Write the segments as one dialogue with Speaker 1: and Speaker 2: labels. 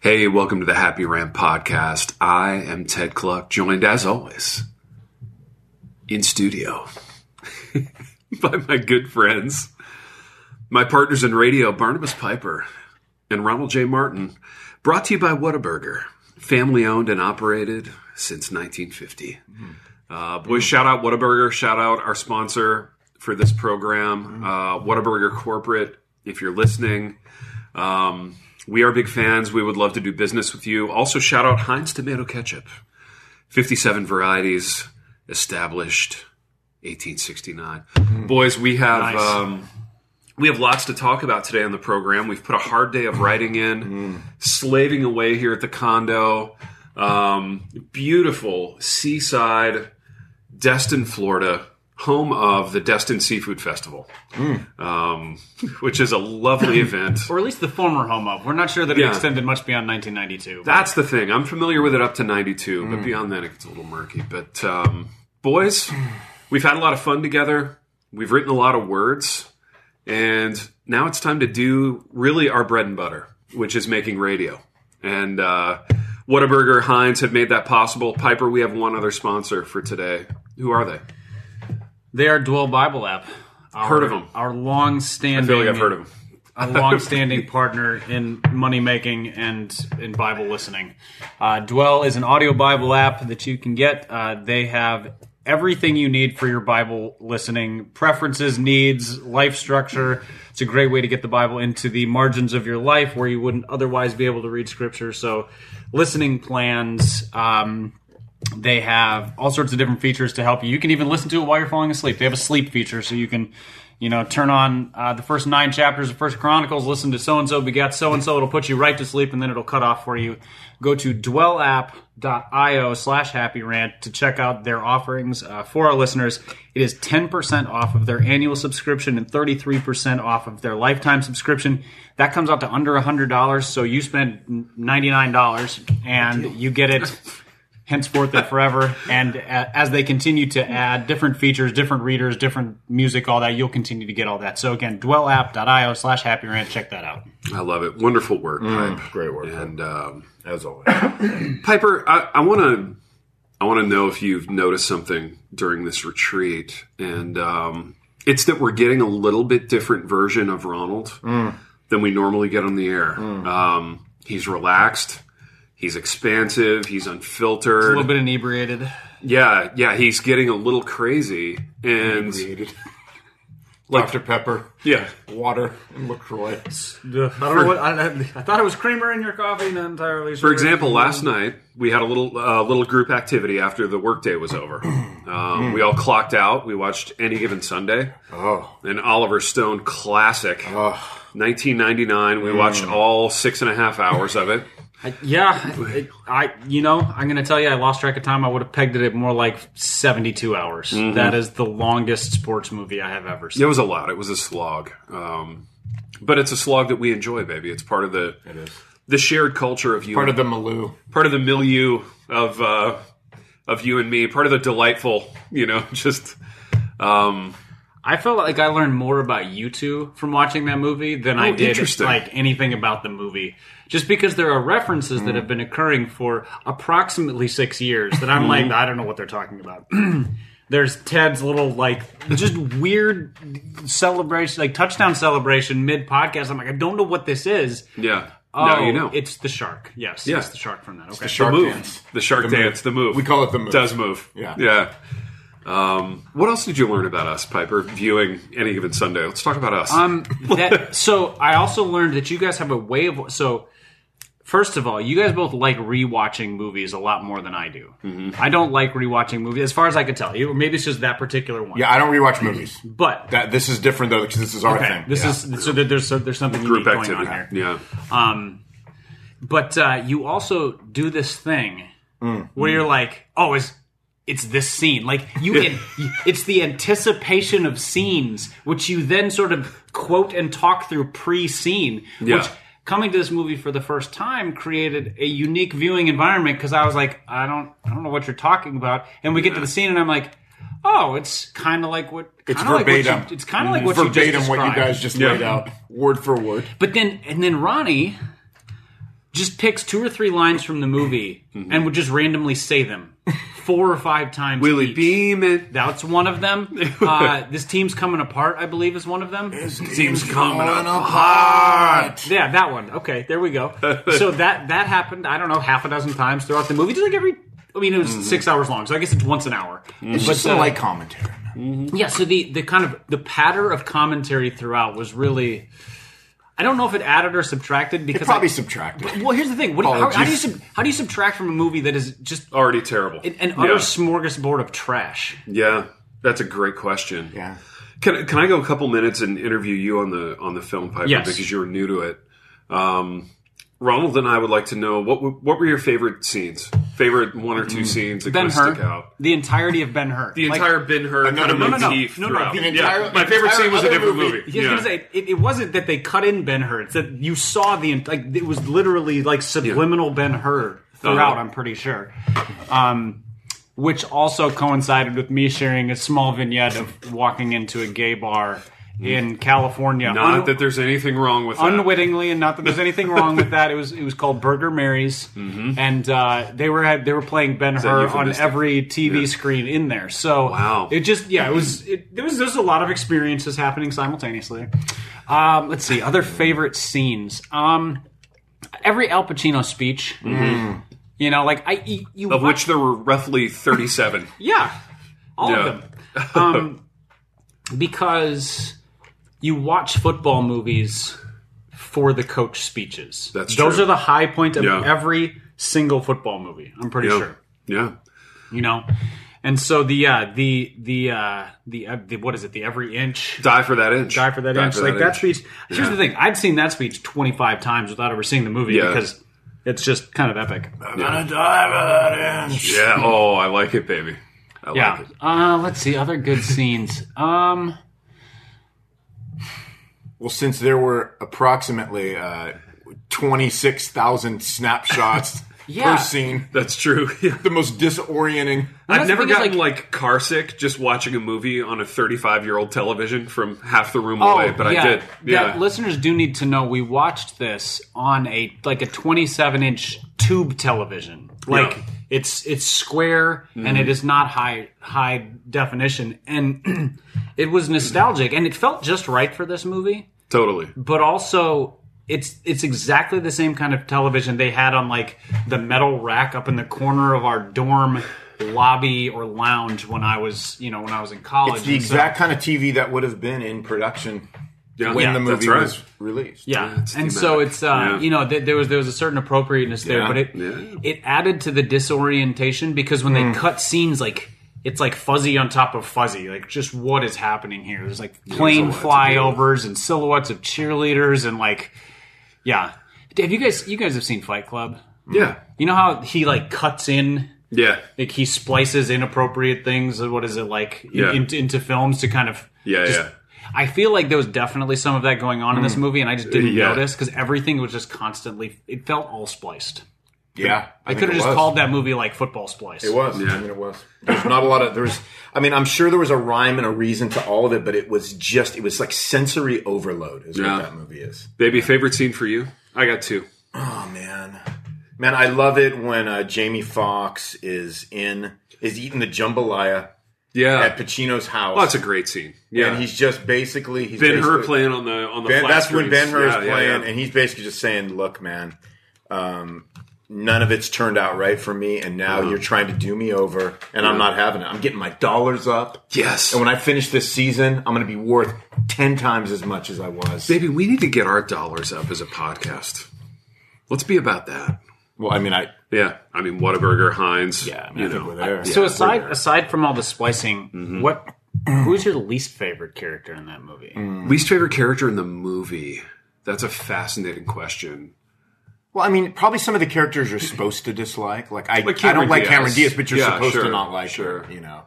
Speaker 1: Hey, welcome to the Happy Ramp Podcast. I am Ted Cluck, joined as always in studio by my good friends, my partners in radio, Barnabas Piper and Ronald J. Martin. Brought to you by Whataburger, family owned and operated since 1950. Uh, boys, shout out Whataburger, shout out our sponsor for this program, uh, Whataburger Corporate. If you're listening, um, we are big fans. We would love to do business with you. Also, shout out Heinz Tomato Ketchup. 57 varieties established 1869. Boys, we have
Speaker 2: Mm-hmm. Nice.
Speaker 1: um, we have lots to talk about today on the program. We've put a hard day of writing in,
Speaker 2: Mm.
Speaker 1: slaving away here at the condo. Um, beautiful seaside, Destin, Florida, home of the Destin Seafood Festival, um, which is a lovely event.
Speaker 2: Mm. or at least the former home of. We're not sure that it
Speaker 1: Yeah.
Speaker 2: extended much beyond 1992. but-
Speaker 1: That's the thing. I'm familiar with it up to 92,
Speaker 2: Mm.
Speaker 1: but beyond that, it gets a little murky. But, um, boys, we've had a lot of fun together. We've written a lot of words. And now it's time to do really our bread and butter, which is making radio. And uh, Whataburger, Heinz have made that possible. Piper, we have one other sponsor for today. Who are they?
Speaker 2: they are Dwell Bible app. Our,
Speaker 1: Heard of 'em.
Speaker 2: Our long-standing.
Speaker 1: I feel like I've heard of them.
Speaker 2: a long-standing partner in money making and in Bible listening. Uh, Dwell is an audio Bible app that you can get. Uh, they have everything you need for your Bible listening preferences, needs, life structure. It's a great way to get the Bible into the margins of your life where you wouldn't otherwise be able to read Scripture. So, listening plans. Um, they have all sorts of different features to help you. You can even listen to it while you're falling asleep. They have a sleep feature, so you can, you know, turn on uh, the first nine chapters of First Chronicles, listen to so and so begat so and so. It'll put you right to sleep, and then it'll cut off for you. Go to dwellapp.io slash happy rant to check out their offerings uh, for our listeners. It is 10% off of their annual subscription and 33% off of their lifetime subscription. That comes out to under $100, so you spend $99 and you get it henceforth and forever. And a- as they continue to add different features, different readers, different music, all that, you'll continue to get all that. So again, dwellapp.io slash happy rant. Check that out.
Speaker 1: I love it. Wonderful work,
Speaker 2: Mm.
Speaker 1: Pipe.
Speaker 3: Great work,
Speaker 1: And um,
Speaker 3: as always.
Speaker 1: Piper, I want to I want to know if you've noticed something during this retreat, and um, it's that we're getting a little bit different version of Ronald
Speaker 2: Mm.
Speaker 1: than we normally get on the air. Um, he's relaxed, he's expansive, he's
Speaker 2: A
Speaker 1: unfiltered.
Speaker 2: little bit inebriated.
Speaker 1: yeah, yeah, he's getting a little crazy, and
Speaker 3: Created.
Speaker 1: Like-
Speaker 3: Dr. Pepper,
Speaker 1: yeah,
Speaker 3: water, and LaCroix.
Speaker 2: I don't know what I, I thought it was creamer in your coffee. Not entirely sure.
Speaker 1: For example, last night we had a little uh, little group activity after the workday was over. Um, we all clocked out. We watched Any Given Sunday,
Speaker 3: Oh,
Speaker 1: an Oliver Stone classic,
Speaker 3: oh,
Speaker 1: 1999. We watched
Speaker 3: Mm.
Speaker 1: all six and a half hours of it.
Speaker 2: I, yeah, it- I you know I'm gonna tell you I lost track of time. I would have pegged it at more like 72 hours. That is the longest sports movie I have ever seen.
Speaker 1: It was a lot. It was a slog, um, but it's a slog that we enjoy, baby. It's part of the
Speaker 3: it is.
Speaker 1: the shared culture of you,
Speaker 3: Part of the Malou.
Speaker 1: part of the milieu of uh, of you and me, part of the delightful, you know, just. Um,
Speaker 2: I felt like I learned more about you two from watching that movie than I
Speaker 1: Oh,
Speaker 2: did
Speaker 1: interesting.
Speaker 2: like anything about the movie. Just because there are references
Speaker 1: Hmm.
Speaker 2: that have been occurring for approximately six years that
Speaker 1: Hmm.
Speaker 2: I'm like, I don't know what they're talking about. There's Ted's little like just weird celebration, like touchdown celebration mid podcast. I'm like, I don't know what this is.
Speaker 1: yeah.
Speaker 2: Oh,
Speaker 1: now you know.
Speaker 2: it's the shark. Yes,
Speaker 1: Yeah.
Speaker 2: it's the shark from that. Okay,
Speaker 3: shark
Speaker 1: move.
Speaker 3: dance.
Speaker 1: The shark
Speaker 3: The move.
Speaker 1: dance, the move.
Speaker 3: We call it the move.
Speaker 1: Does move.
Speaker 3: Yeah.
Speaker 1: Yeah. Um, what else did you learn about us, Piper, viewing any given Sunday? Let's talk about us.
Speaker 2: Um, that, so I also learned that you guys have a way of so. First of all, you guys both like rewatching movies a lot more than I do.
Speaker 3: Mm-hmm.
Speaker 2: I don't like rewatching movies, as far as I can tell. You maybe it's just that particular one.
Speaker 3: Yeah, I don't rewatch movies.
Speaker 2: but
Speaker 3: That This is different, though, because this is our
Speaker 2: okay,
Speaker 3: thing.
Speaker 2: this
Speaker 3: Yeah.
Speaker 2: is so there- there's so there's something
Speaker 1: Group
Speaker 2: unique going
Speaker 1: activity.
Speaker 2: on here.
Speaker 1: Yeah.
Speaker 2: Um, but uh, you also do this thing
Speaker 3: Mm.
Speaker 2: where you're like, oh, is it's this scene like you can it's the anticipation of scenes which you then sort of quote and talk through pre-scene
Speaker 1: Yeah.
Speaker 2: which coming to this movie for the first time created a unique viewing environment because I was like, I don't, I don't know what you're talking about, and we get to the scene and I'm like, oh, it's kind of like what,
Speaker 3: It's
Speaker 2: kinda like what you-
Speaker 3: verbatim. Mm-hmm.
Speaker 2: it's kind of like what you
Speaker 3: verbatim
Speaker 2: just
Speaker 3: what you
Speaker 2: described.
Speaker 3: guys just
Speaker 1: Yeah.
Speaker 3: laid out, word for word.
Speaker 2: But then, and then Ronnie just picks two or three lines from the movie
Speaker 3: Mm-hmm.
Speaker 2: and would just randomly say them four or five times.
Speaker 1: Willie
Speaker 2: each.
Speaker 1: Beeman.
Speaker 2: That's one of them. Uh, this team's coming apart, I believe, is one of them.
Speaker 1: team's coming
Speaker 3: Falling
Speaker 1: up.
Speaker 3: apart.
Speaker 2: Yeah, that one. Okay, there we go. so that that happened. I don't know, half a dozen times throughout the movie. Just like every. I mean, it was six hours long, so I guess it's once an hour.
Speaker 3: Mm-hmm.
Speaker 2: uh,
Speaker 3: It's just a light commentary.
Speaker 2: Yeah, so the the kind of the patter of commentary throughout was really. I don't know if it added or subtracted because
Speaker 3: Probably
Speaker 2: I,
Speaker 3: subtracted.
Speaker 2: Well, here's the thing. What do you, how, how do you
Speaker 3: Apologies.
Speaker 2: sub, how do you subtract from a movie that is just
Speaker 1: Already terrible.
Speaker 2: an, an utter
Speaker 1: Yeah.
Speaker 2: smorgasbord of trash?
Speaker 1: Yeah, that's a great question.
Speaker 3: Yeah.
Speaker 1: Can can I go a couple minutes and interview you on the on the film Piper
Speaker 2: Yes.
Speaker 1: because you were new to it? Um, Ronald and I would like to know what w- what were your favorite scenes? Favorite one or two
Speaker 2: Mm.
Speaker 1: scenes that
Speaker 2: Ben
Speaker 1: kind of stick
Speaker 2: Hur,
Speaker 1: out.
Speaker 2: the entirety of Ben Hur,
Speaker 1: The entire Ben Hur kind of
Speaker 3: no, no,
Speaker 2: no.
Speaker 1: motif
Speaker 2: No, no,
Speaker 1: throughout.
Speaker 2: the
Speaker 1: yeah.
Speaker 3: entire-
Speaker 1: My favorite
Speaker 3: entire
Speaker 1: scene was a
Speaker 3: other
Speaker 1: different
Speaker 3: movie.
Speaker 1: movie.
Speaker 2: Yeah, I was
Speaker 1: Yeah.
Speaker 2: gonna say, it, it wasn't that they cut in Ben Hur. It's that you saw the like it was literally like subliminal Ben Hur throughout.
Speaker 1: Uh-huh.
Speaker 2: I'm pretty sure, um, which also coincided with me sharing a small vignette of walking into a gay bar in California.
Speaker 1: Not
Speaker 2: Un-
Speaker 1: that there's anything wrong with that.
Speaker 2: unwittingly, and not that there's anything wrong with that. It was it was called Burger Mary's, and uh, they were they were playing Ben Hur on
Speaker 1: Mm-hmm. euphemistic?
Speaker 2: every TV screen in there. So
Speaker 1: Wow.
Speaker 2: it just yeah, it was it, there was there's a lot of experiences happening simultaneously. Um, let's see other favorite scenes. Um, every Al Pacino speech. You know, like I you, you
Speaker 1: Mm-hmm. of which there were roughly 37.
Speaker 2: yeah, all
Speaker 1: Yeah.
Speaker 2: of them. Um, because you watch football movies for the coach speeches.
Speaker 1: That's
Speaker 2: those
Speaker 1: true.
Speaker 2: are the high point of
Speaker 1: Yeah.
Speaker 2: every single football movie. I'm pretty sure
Speaker 1: Yeah.
Speaker 2: you know. And so the uh, the the uh, the, uh, the what is it? The every inch.
Speaker 1: Die for that inch.
Speaker 2: Die for that inch. like that
Speaker 1: inch.
Speaker 2: speech. Here's the thing: I'd seen that speech 25 times without ever seeing the movie
Speaker 1: Yeah.
Speaker 2: because it's just kind of epic.
Speaker 3: I'm gonna die by that inch.
Speaker 1: Yeah. Oh, I like it, baby. I
Speaker 2: Yeah.
Speaker 1: like it.
Speaker 2: Uh, let's see other good scenes. Um,
Speaker 3: Well, since there were approximately uh, 26,000 snapshots
Speaker 2: Yeah.
Speaker 3: per scene,
Speaker 1: That's true. Yeah.
Speaker 3: the most disorienting.
Speaker 1: I've
Speaker 2: that's the
Speaker 1: never
Speaker 2: thing is,
Speaker 1: gotten like, car sick just watching a movie on a 35 year old television from half the
Speaker 3: Oh,
Speaker 1: room away, but I did.
Speaker 2: Oh, That-
Speaker 1: Yeah.
Speaker 2: listeners do need to know we watched this on a like a 27 inch tube television. Like
Speaker 1: Yeah. Mm-hmm.
Speaker 2: it's it's square and it is not high high definition and it was nostalgic and it felt just right for this movie,
Speaker 1: totally.
Speaker 2: but also it's it's exactly the same kind of television they had on like the metal rack up in the corner of our dorm lobby or lounge when I was, you know, when I was in college.
Speaker 3: It's the
Speaker 2: And so-
Speaker 3: exact kind of TV that would have been in production
Speaker 1: Yeah.
Speaker 3: when
Speaker 1: Yeah,
Speaker 3: the movie
Speaker 1: that's right.
Speaker 3: was released.
Speaker 2: Yeah,
Speaker 1: it's
Speaker 2: and
Speaker 1: thematic.
Speaker 2: so it's uh,
Speaker 1: Yeah.
Speaker 2: you know th- there was there was a certain appropriateness there,
Speaker 3: Yeah,
Speaker 2: but it
Speaker 1: yeah.
Speaker 2: it added to the disorientation because when they cut scenes, like it's like fuzzy on top of fuzzy, like just what is happening here? There's like plane
Speaker 1: there's a lot to do.
Speaker 2: flyovers and silhouettes of cheerleaders and like yeah. Have you guys you guys have seen Fight Club?
Speaker 3: Mm.
Speaker 1: Yeah.
Speaker 2: You know how he like cuts in
Speaker 1: Yeah.
Speaker 2: like he splices inappropriate things. What is it like in-
Speaker 1: Yeah.
Speaker 2: in- into films to kind of
Speaker 1: Yeah.
Speaker 2: just-
Speaker 1: yeah.
Speaker 2: I feel like there was definitely some of that going on in
Speaker 3: Hmm.
Speaker 2: this movie, and I just
Speaker 3: Uh,
Speaker 2: didn't
Speaker 1: Yeah.
Speaker 2: notice because everything was just constantly. It felt all spliced.
Speaker 3: Yeah.
Speaker 2: I, could have just called that movie like football splice.
Speaker 3: It was. I mean, it was. There's not a lot of there was. I mean, I'm sure there was a rhyme and a reason to all of it, but it was just it was like sensory overload is
Speaker 1: Yeah.
Speaker 3: what that movie is.
Speaker 1: Baby, favorite scene for you? I got two.
Speaker 3: Oh man, man, I love it when uh, Jamie Fox is in is eating the jambalaya at
Speaker 1: Yeah.
Speaker 3: Pacino's house.
Speaker 1: Oh, that's a great scene. Yeah.
Speaker 3: and he's just basically he's
Speaker 1: Ben Hur
Speaker 3: basically-
Speaker 1: playing on the on the
Speaker 3: Ben,
Speaker 1: flat
Speaker 3: that's when
Speaker 1: screens.
Speaker 3: Ben Hur is
Speaker 1: Yeah, yeah,
Speaker 3: playing,
Speaker 1: yeah.
Speaker 3: and he's basically just saying, "Look, man, um, none of it's turned out right for me, and now
Speaker 1: Uh-huh.
Speaker 3: you're trying to do me over, and I'm not having it. I'm getting my dollars up,
Speaker 1: Yes.
Speaker 3: and when I finish this season, I'm going to be worth ten times as much as I was.
Speaker 1: Baby, we need to get our dollars up as a podcast. Let's be about that.
Speaker 3: Well, I mean, I
Speaker 1: Yeah. I mean, Whataburger, Heinz.
Speaker 3: yeah, Mm-hmm. I, mean,
Speaker 1: you
Speaker 3: I think
Speaker 1: know.
Speaker 3: we're there.
Speaker 2: So aside aside from all the splicing, what who's your least favorite character in that movie?
Speaker 3: Mm,
Speaker 1: Least favorite character in the movie? That's a fascinating question.
Speaker 3: well, I mean, probably some of the characters you're supposed to dislike. Like I,
Speaker 1: Like
Speaker 3: I
Speaker 1: Cameron
Speaker 3: don't like
Speaker 1: Diaz.
Speaker 3: Cameron Diaz, but you're
Speaker 1: Yeah,
Speaker 3: supposed
Speaker 1: sure,
Speaker 3: to not like
Speaker 1: sure.
Speaker 3: her. You know,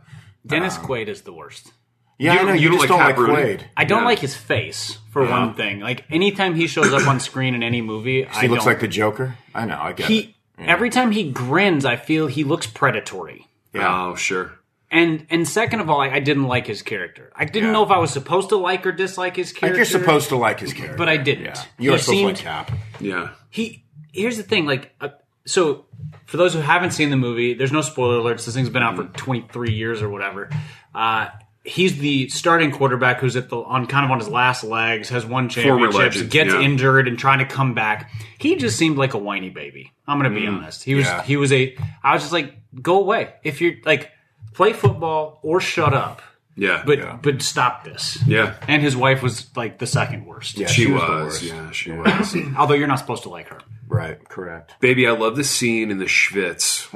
Speaker 2: Dennis Quaid is the worst.
Speaker 3: Yeah,
Speaker 1: You-
Speaker 3: I know.
Speaker 1: you
Speaker 3: You,
Speaker 1: don't
Speaker 3: just
Speaker 1: like Cap
Speaker 3: don't like
Speaker 1: Rooney.
Speaker 3: Quaid.
Speaker 2: I don't
Speaker 1: Yeah.
Speaker 2: like his face for one thing. Like anytime he shows up on screen in any movie, I
Speaker 3: He looks
Speaker 2: don't.
Speaker 3: like the Joker. I know. I get it.
Speaker 2: he. Every time he grins, I feel he looks predatory.
Speaker 3: Yeah.
Speaker 1: Oh, sure.
Speaker 2: And and second of all, I, I didn't like his character. I didn't
Speaker 3: Yeah.
Speaker 2: know if I was supposed to like or dislike his character.
Speaker 3: Like you're supposed to like his character,
Speaker 2: But I didn't.
Speaker 3: Yeah,
Speaker 2: He
Speaker 3: you are supposed
Speaker 2: seemed-
Speaker 3: to like Cap.
Speaker 1: Yeah.
Speaker 2: he here's the thing like uh, so for those who haven't seen the movie there's no spoiler alerts this thing's been out for
Speaker 3: Mm-hmm.
Speaker 2: 23 years or whatever uh He's the starting quarterback who's at the on kind of on his last legs, has won championships,
Speaker 1: legend,
Speaker 2: gets
Speaker 1: yeah.
Speaker 2: injured and trying to come back. He just seemed like a whiny baby. I'm gonna be honest. He was
Speaker 3: Mm-hmm. yeah.
Speaker 2: he was a I was just like, go away. If you're like play football or shut up,
Speaker 1: Yeah.
Speaker 2: but
Speaker 3: Yeah.
Speaker 2: but stop this.
Speaker 1: yeah.
Speaker 2: And his wife was like the second worst.
Speaker 3: Yeah,
Speaker 1: She,
Speaker 3: she was the
Speaker 1: was.
Speaker 3: worst.
Speaker 1: Yeah, she was.
Speaker 2: Although you're not supposed to like her.
Speaker 3: Right. Correct.
Speaker 1: Baby, I love the scene in the Schwitz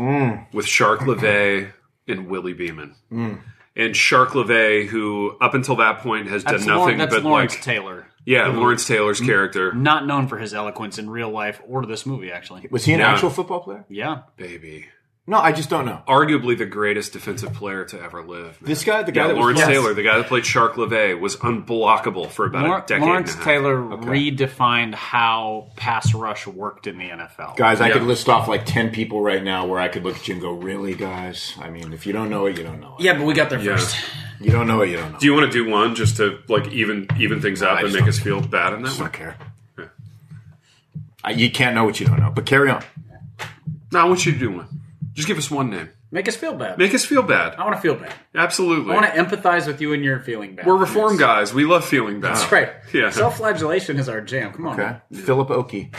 Speaker 1: with Shark LeVay and Willie Beeman. And Shark LeVay, who up until that point has
Speaker 2: That's,
Speaker 1: done nothing
Speaker 2: Lauren, that's
Speaker 1: but
Speaker 2: Lawrence Mm.
Speaker 1: like
Speaker 2: Taylor.
Speaker 1: yeah, Lawrence Taylor's character.
Speaker 2: not known for his eloquence in real life or this movie, actually.
Speaker 3: Was he an
Speaker 1: Yeah.
Speaker 3: actual football player?
Speaker 2: Yeah.
Speaker 1: Baby,
Speaker 3: No, I just don't know.
Speaker 1: arguably the greatest defensive player to ever live. man.
Speaker 3: This guy, the guy
Speaker 1: yeah,
Speaker 3: that
Speaker 1: Lawrence
Speaker 3: was,
Speaker 1: Taylor, the guy that played Shark LeVay, was unblockable for about a
Speaker 2: Lawrence,
Speaker 1: decade.
Speaker 2: Lawrence
Speaker 1: and a half.
Speaker 2: Taylor redefined how pass rush worked in the NFL.
Speaker 3: Guys, I
Speaker 1: Yeah.
Speaker 3: could list off like ten people right now where I could look at you and go, "Really, guys? I mean, if you don't know it, you don't know it.
Speaker 2: Yeah, but we got there
Speaker 1: Yeah.
Speaker 2: first.
Speaker 3: You don't know it, you don't know."
Speaker 1: Do you want to do one just to like even even things up
Speaker 3: Oh, I
Speaker 1: and
Speaker 3: just
Speaker 1: make
Speaker 3: don't-
Speaker 1: us feel bad in that
Speaker 3: I
Speaker 1: one?
Speaker 3: don't care. I, you can't know what you don't know. But carry on.
Speaker 1: No, I want you to do one. Just give us one name.
Speaker 2: Make us feel bad.
Speaker 1: Make us feel bad.
Speaker 3: Oh.
Speaker 2: I want to feel bad.
Speaker 1: Absolutely.
Speaker 2: I want to empathize with you and your feeling bad.
Speaker 1: We're reform guys. We love feeling bad.
Speaker 2: That's right.
Speaker 1: Yeah.
Speaker 2: Self-flagellation is our jam. Come on.
Speaker 3: Okay. Philip Oakey.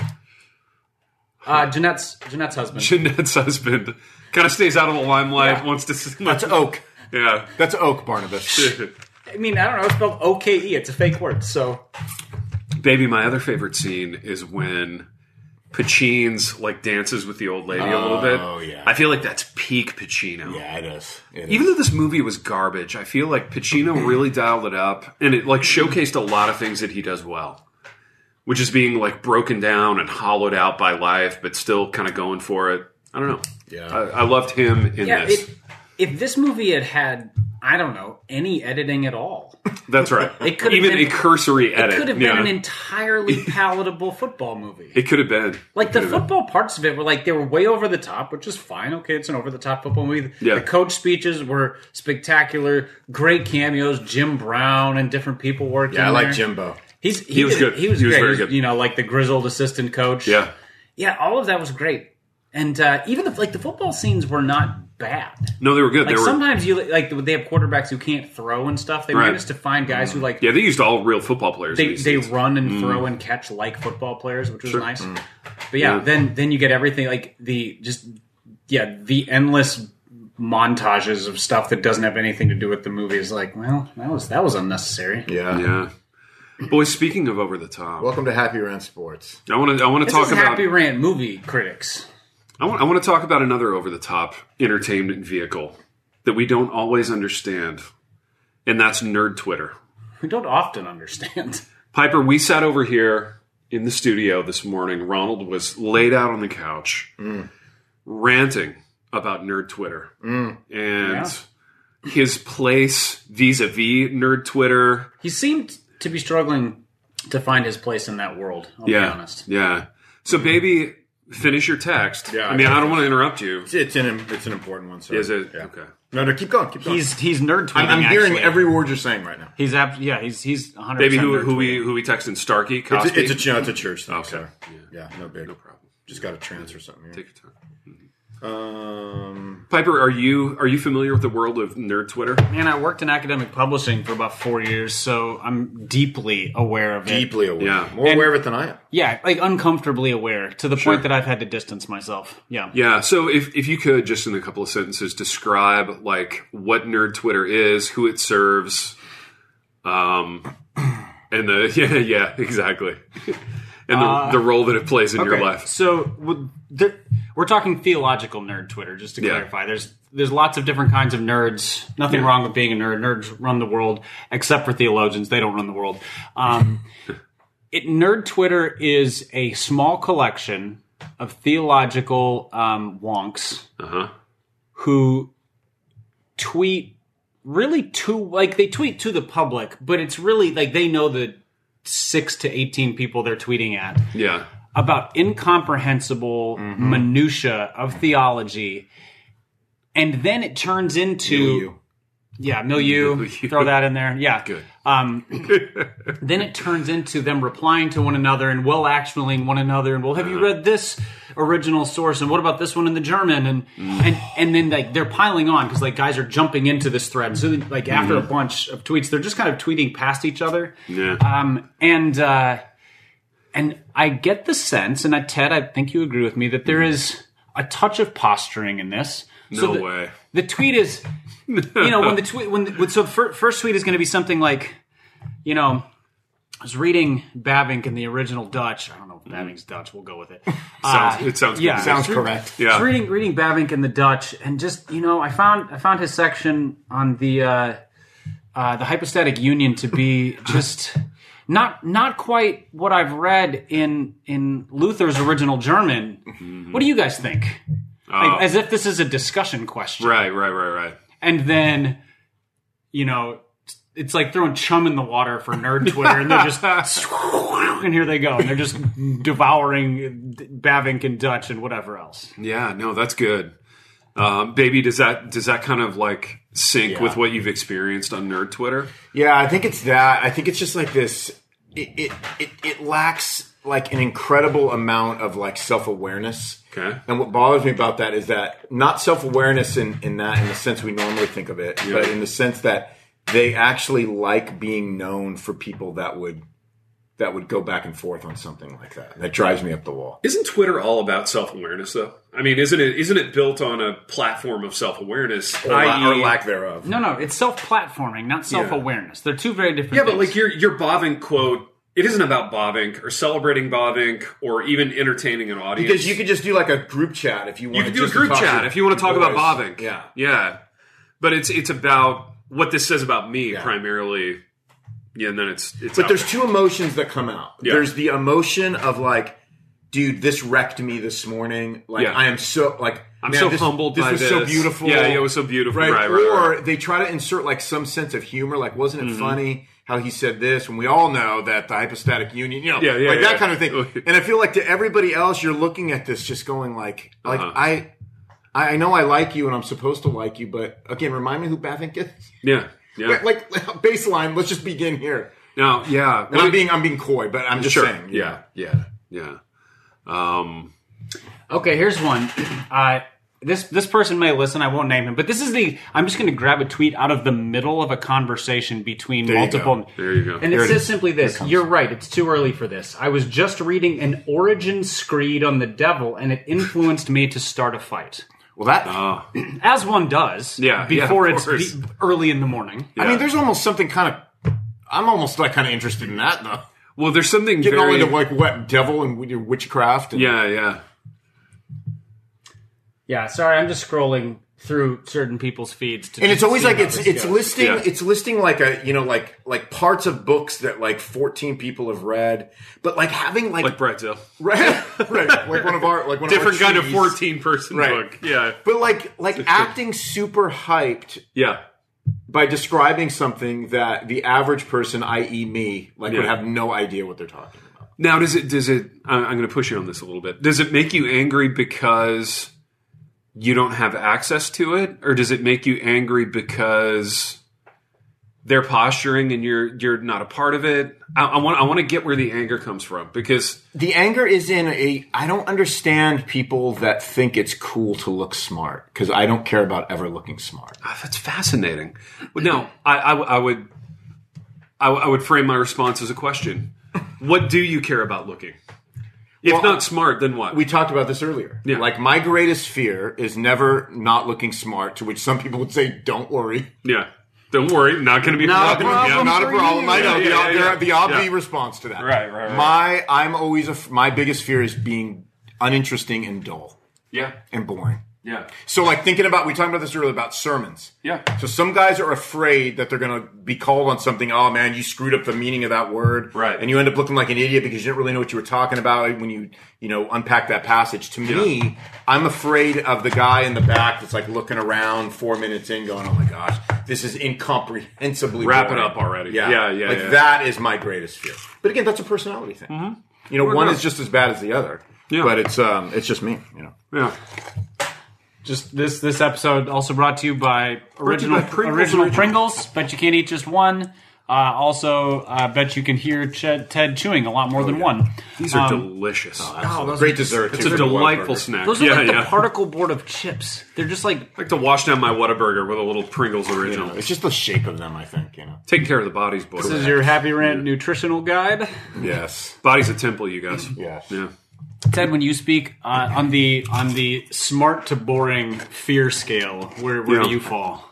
Speaker 2: Uh, Jeanette's Jeanette's husband.
Speaker 1: Jeanette's husband kind of stays out of the limelight.
Speaker 2: Yeah.
Speaker 1: Wants to.
Speaker 3: That's Oak.
Speaker 1: yeah.
Speaker 3: That's Oak Barnabas.
Speaker 2: I mean, I don't know. It's spelled O K E. It's a fake word. So
Speaker 1: Baby, my other favorite scene is when Pacino's like dances with the old lady a little bit.
Speaker 3: Oh, yeah.
Speaker 1: I feel like that's peak Pacino.
Speaker 3: yeah, it is. It is.
Speaker 1: Even though this movie was garbage, I feel like Pacino really dialed it up and it like showcased a lot of things that he does well. Which is being like broken down and hollowed out by life, but still kind of going for it. I don't know.
Speaker 3: Yeah.
Speaker 1: I, I loved him in
Speaker 2: yeah,
Speaker 1: this.
Speaker 2: it, if this movie had had I don't know any editing at all,
Speaker 1: That's right.
Speaker 2: It could've
Speaker 1: Even
Speaker 2: been-
Speaker 1: a cursory edit.
Speaker 2: it could have
Speaker 1: yeah.
Speaker 2: been an entirely palatable football movie.
Speaker 1: It could have been.
Speaker 2: Like the
Speaker 1: Could have
Speaker 2: football parts of it were like they were way over the top, which is fine. Okay, it's an over the top football movie.
Speaker 1: Yeah.
Speaker 2: The coach speeches were spectacular, great cameos. Jim Brown and different people worked.
Speaker 3: yeah, I
Speaker 2: in
Speaker 3: like
Speaker 2: there.
Speaker 3: Jimbo.
Speaker 2: He's he,
Speaker 1: was
Speaker 2: was
Speaker 1: good.
Speaker 2: good. He was,
Speaker 1: He was
Speaker 2: great.
Speaker 1: very
Speaker 2: He was,
Speaker 1: good.
Speaker 2: You know, like the grizzled assistant coach.
Speaker 1: Yeah.
Speaker 2: yeah. All of that was great, and uh, even the like the football scenes were not bad.
Speaker 1: No, they were good.
Speaker 2: Like
Speaker 1: they were.
Speaker 2: sometimes you like they have quarterbacks who can't throw and stuff. They
Speaker 1: Right.
Speaker 2: managed to find guys who like
Speaker 1: yeah, they used all real football players. in
Speaker 2: they,
Speaker 1: these
Speaker 2: they
Speaker 1: scenes.
Speaker 2: run and throw and catch like football players, which was
Speaker 1: Sure. Mm.
Speaker 2: nice. But yeah,
Speaker 1: Yeah.
Speaker 2: then then you get everything like the just yeah the endless montages of stuff that doesn't have anything to do with the movie is like well that was that was unnecessary.
Speaker 3: Yeah.
Speaker 1: yeah. Boy, speaking of over the top,
Speaker 3: Welcome to Happy Rant Sports.
Speaker 1: I want to I want to
Speaker 2: This
Speaker 1: talk
Speaker 2: is
Speaker 1: about
Speaker 2: happy rant movie critics.
Speaker 1: I want I want to talk about another over the top entertainment vehicle that we don't always understand, and that's nerd Twitter.
Speaker 2: We don't often understand.
Speaker 1: Piper, we sat over here in the studio this morning. Ronald was laid out on the couch
Speaker 3: Mm.
Speaker 1: ranting about nerd Twitter
Speaker 3: Mm.
Speaker 1: and his place vis a vis nerd Twitter.
Speaker 2: He seemed to be struggling to find his place in that world. I'll
Speaker 1: yeah.
Speaker 2: be honest.
Speaker 1: Yeah. So, baby, finish your text.
Speaker 3: Mm. Yeah,
Speaker 1: I mean,
Speaker 3: okay.
Speaker 1: I don't want to interrupt you.
Speaker 3: It's an it's an important one. Sir.
Speaker 1: Is it?
Speaker 3: Yeah.
Speaker 1: Okay.
Speaker 3: No, no. Keep going. Keep going.
Speaker 2: He's he's nerd tweeting.
Speaker 3: I'm, I'm hearing
Speaker 2: actually.
Speaker 3: every word you're saying right now.
Speaker 2: He's ab- yeah he's he's 100
Speaker 1: Baby, who, who we who we texting? Starkey, Cosby.
Speaker 3: It's, a, ch- no, it's a church thing. Sir. Yeah. No big.
Speaker 1: no problem.
Speaker 3: Just got to transfer something. Here.
Speaker 1: Take your time.
Speaker 3: Um,
Speaker 1: Piper, are you are you familiar with the world of nerd Twitter?
Speaker 2: Man, I worked in academic publishing for about four years, so I'm deeply aware of it.
Speaker 3: deeply aware.
Speaker 1: Yeah.
Speaker 3: More aware of it than I am.
Speaker 2: Yeah, like uncomfortably aware to the point that I've had to distance myself. Yeah.
Speaker 1: Yeah. So if, if you could just in a couple of sentences describe like what nerd Twitter is, who it serves, um, and the yeah yeah exactly, and the, the role that it plays in your
Speaker 2: Okay,
Speaker 1: life.
Speaker 2: So w- there, we're talking theological nerd Twitter, just to
Speaker 1: Yeah.
Speaker 2: clarify. There's there's lots of different kinds of nerds. Nothing wrong with being a nerd. Nerds run the world, except for theologians. They don't run the world. Um, it, nerd Twitter is a small collection of
Speaker 1: Uh-huh.
Speaker 2: theological um, wonks
Speaker 1: Uh huh.
Speaker 2: who tweet really to like they tweet to the public, but it's really like they know the six to eighteen people they're tweeting at
Speaker 1: Yeah.
Speaker 2: about incomprehensible
Speaker 3: Mm-hmm.
Speaker 2: minutia of theology, and then it turns into
Speaker 3: You.
Speaker 2: yeah milieu.
Speaker 1: Milieu.
Speaker 2: Throw that in there. Yeah,
Speaker 1: Good.
Speaker 2: Um, then it turns into them replying to one another and well actualing one another and well have you read this original source and what about this one in the German and and and then like they're piling on because like guys are jumping into this thread so then, like after a bunch of tweets they're just kind of tweeting past each other
Speaker 1: Mm-hmm. Yeah.
Speaker 2: um, and uh, and I get the sense, and I, Ted, I think you agree with me that there is a touch of posturing in this.
Speaker 1: No
Speaker 2: the,
Speaker 1: way.
Speaker 2: The tweet is, you know, when the tweet when the, so the fir- first tweet is going to be something like, you know. I was reading Babink in the original Dutch. I don't know if Babink's Dutch. We'll go with it.
Speaker 1: Sounds- it sounds good.
Speaker 2: yeah,
Speaker 1: Sounds
Speaker 2: it's re-
Speaker 3: correct.
Speaker 1: Yeah.
Speaker 2: I was reading reading Babink in the Dutch, and just you know, I found I found his section on the uh, uh, the hypostatic union to be just not not quite what I've read in in Luther's original German. What do you guys think? Like, as if this is a discussion question,
Speaker 1: Right, right, right, right.
Speaker 2: and then you know. It's like throwing chum in the water for nerd Twitter, and they're just and here they go, and they're just devouring Bavink and Dutch and whatever else.
Speaker 1: Yeah, no, that's good. Um, baby, does that does that kind of like sync
Speaker 3: Yeah.
Speaker 1: with what you've experienced on Nerd Twitter?
Speaker 3: Yeah, I think it's that. I think it's just like this. It it it, it lacks like an incredible amount of like self awareness.
Speaker 1: Okay.
Speaker 3: And what bothers me about that is that not self awareness in in that in the sense we normally think of it, but in the sense that they actually like being known for people that would that would go back and forth on something like that. That drives me up the wall.
Speaker 1: Isn't Twitter all about self awareness though? I mean, isn't it isn't it built on a platform of E self awareness
Speaker 3: Or, la- or lack thereof.
Speaker 2: No, no, it's self-platforming, not self-awareness. They're two very different.
Speaker 1: Yeah, but
Speaker 2: things.
Speaker 1: like your your Bovink quote, it isn't about Bovink or celebrating Bovink or even entertaining an audience.
Speaker 3: Because you could just do like a group chat if you want.
Speaker 1: you can do a group chat if you want to talk about Bovink.
Speaker 3: Yeah.
Speaker 1: yeah. But it's it's about what this says about me
Speaker 3: Yeah.
Speaker 1: primarily. Yeah, and then it's it's.
Speaker 3: But
Speaker 1: out
Speaker 3: there's
Speaker 1: there.
Speaker 3: two emotions that come out.
Speaker 1: Yeah.
Speaker 3: There's the emotion of like, dude, this wrecked me this morning. Like
Speaker 1: Yeah.
Speaker 3: I am so like
Speaker 1: I'm
Speaker 3: man,
Speaker 1: so
Speaker 3: this,
Speaker 1: humbled
Speaker 3: This
Speaker 1: by
Speaker 3: was
Speaker 1: this.
Speaker 3: so beautiful.
Speaker 1: Yeah, yeah, it was so beautiful.
Speaker 3: Right.
Speaker 1: Right, right,
Speaker 3: or
Speaker 1: right. Mm-hmm.
Speaker 3: they try to insert like some sense of humor. Like, wasn't it funny how he said this? And we all know that the hypostatic union, you know,
Speaker 1: Yeah, yeah,
Speaker 3: like
Speaker 1: yeah.
Speaker 3: that kind of thing. and I feel like to everybody else, you're looking at this just going like, like
Speaker 1: Uh-huh.
Speaker 3: I. I I know I like you and I'm supposed to like you, but again, remind me who Bavink is.
Speaker 1: yeah, yeah.
Speaker 3: Like baseline, let's just begin here.
Speaker 1: now, yeah.
Speaker 3: And I'm being I'm being coy, but I'm just
Speaker 1: sure.
Speaker 3: saying. you know.
Speaker 1: Yeah, yeah, yeah. Um,
Speaker 2: okay, here's one. Uh, this this person may listen. I won't name him, but this is the. I'm just going to grab a tweet out of the middle of a conversation between
Speaker 3: you
Speaker 2: multiple.
Speaker 3: go.
Speaker 1: there you go.
Speaker 2: And it says simply this You're right, it's too early for this. I was just reading an origin screed on the devil, and it influenced me to start a fight.
Speaker 3: Well, that
Speaker 2: As one does,
Speaker 1: Yeah, yeah,
Speaker 2: before
Speaker 1: of
Speaker 2: it's
Speaker 1: course.
Speaker 2: be- early in the morning.
Speaker 3: I mean, there's almost something kind of. I'm almost like kind of interested in that though.
Speaker 1: well, there's something
Speaker 3: Getting all
Speaker 1: very.
Speaker 3: into like what devil and wi- witchcraft. And,
Speaker 1: yeah, yeah.
Speaker 2: Yeah, sorry, I'm just scrolling through certain people's feeds. To
Speaker 3: And it's
Speaker 2: just
Speaker 3: always
Speaker 2: see
Speaker 3: like
Speaker 2: how
Speaker 3: it's
Speaker 2: this
Speaker 3: it's
Speaker 2: goes.
Speaker 3: listing
Speaker 1: Yeah.
Speaker 3: it's listing like a you know like like parts of books that like 14 people have read, but like having like,
Speaker 1: Like Brett Dill.
Speaker 3: right, right, like one of our like one
Speaker 1: Different
Speaker 3: of our
Speaker 1: kind of
Speaker 3: trees.
Speaker 1: 14 person
Speaker 3: Right.
Speaker 1: book. Yeah.
Speaker 3: But like like acting super hyped
Speaker 1: Yeah.
Speaker 3: by describing something that the average person, i.e., me, like would
Speaker 1: Yeah.
Speaker 3: have no idea what they're talking about.
Speaker 1: Now, does it, does it, I- I'm going to push you on this a little bit. Does it make you angry because you don't have access to it? Or does it make you angry because they're posturing and you're, you're not a part of it? I, I want, I want to get where the anger comes from because
Speaker 3: The anger is in a. I don't understand people that think it's cool to look smart because I don't care about ever looking smart.
Speaker 1: Ah, that's fascinating. Well, no, I, I, I would, I, I would frame my response as a question. What do you care about looking? If
Speaker 3: Well,
Speaker 1: not smart, then what?
Speaker 3: We talked about this earlier.
Speaker 1: Yeah.
Speaker 3: Like my greatest fear is never not looking smart, to which some people would say, "Don't worry,
Speaker 1: yeah, don't worry, not going to be
Speaker 3: not a
Speaker 1: gonna be-
Speaker 3: problem, not a
Speaker 2: for
Speaker 3: problem."
Speaker 2: you.
Speaker 3: I know
Speaker 1: Yeah, yeah,
Speaker 3: the,
Speaker 1: yeah,
Speaker 3: the, the
Speaker 1: yeah.
Speaker 3: obvi
Speaker 1: Yeah.
Speaker 3: response to that.
Speaker 1: Right, right, right.
Speaker 3: My, I'm always a, my biggest fear is being uninteresting and dull
Speaker 1: yeah,
Speaker 3: and boring.
Speaker 1: Yeah.
Speaker 3: So, like thinking about, we talked about this earlier about sermons.
Speaker 1: Yeah.
Speaker 3: So some guys are afraid that they're going to be called on something. Oh man, you screwed up the meaning of that word,
Speaker 1: Right.
Speaker 3: And you end up looking like an idiot because you didn't really know what you were talking about when you you know unpack that passage. To me, I'm afraid of the guy in the back that's like looking around four minutes in, going, "Oh my gosh, this is incomprehensibly."
Speaker 1: Wrap it
Speaker 3: boring."
Speaker 1: up already.
Speaker 3: Yeah,
Speaker 1: Yeah, yeah,
Speaker 3: Like
Speaker 1: yeah.
Speaker 3: that is my greatest fear. But again, that's a personality thing. You know, one
Speaker 1: no.
Speaker 3: is just as bad as the other.
Speaker 1: Mm-hmm. Yeah.
Speaker 3: But it's um, it's just me. You know.
Speaker 1: Yeah.
Speaker 2: Just this this episode also brought to you by
Speaker 1: to you
Speaker 2: original
Speaker 1: by Pringles
Speaker 2: original
Speaker 1: Original.
Speaker 2: Pringles. Bet you can't eat just one. Uh, also, I bet you can hear Ch- Ted chewing a lot more than one.
Speaker 1: These are delicious.
Speaker 3: Great dessert.
Speaker 1: it's
Speaker 3: too,
Speaker 1: a
Speaker 3: for the
Speaker 1: delightful
Speaker 3: Whataburger.
Speaker 1: snack.
Speaker 2: Those are
Speaker 1: yeah,
Speaker 2: like
Speaker 1: yeah.
Speaker 2: the particle board of chips. They're just like
Speaker 1: I like to wash down my Whataburger with a little Pringles
Speaker 3: You
Speaker 1: original.
Speaker 3: know, it's just the shape of them, I think. You know.
Speaker 1: Taking care of the bodies, boys.
Speaker 2: this is your Happy Rant nutritional guide.
Speaker 3: Yes.
Speaker 1: Body's a temple, you guys.
Speaker 3: Yes.
Speaker 1: Yeah.
Speaker 2: Ted, when you speak uh, on the on the smart to boring fear scale, where where
Speaker 1: Yeah.
Speaker 2: do you fall?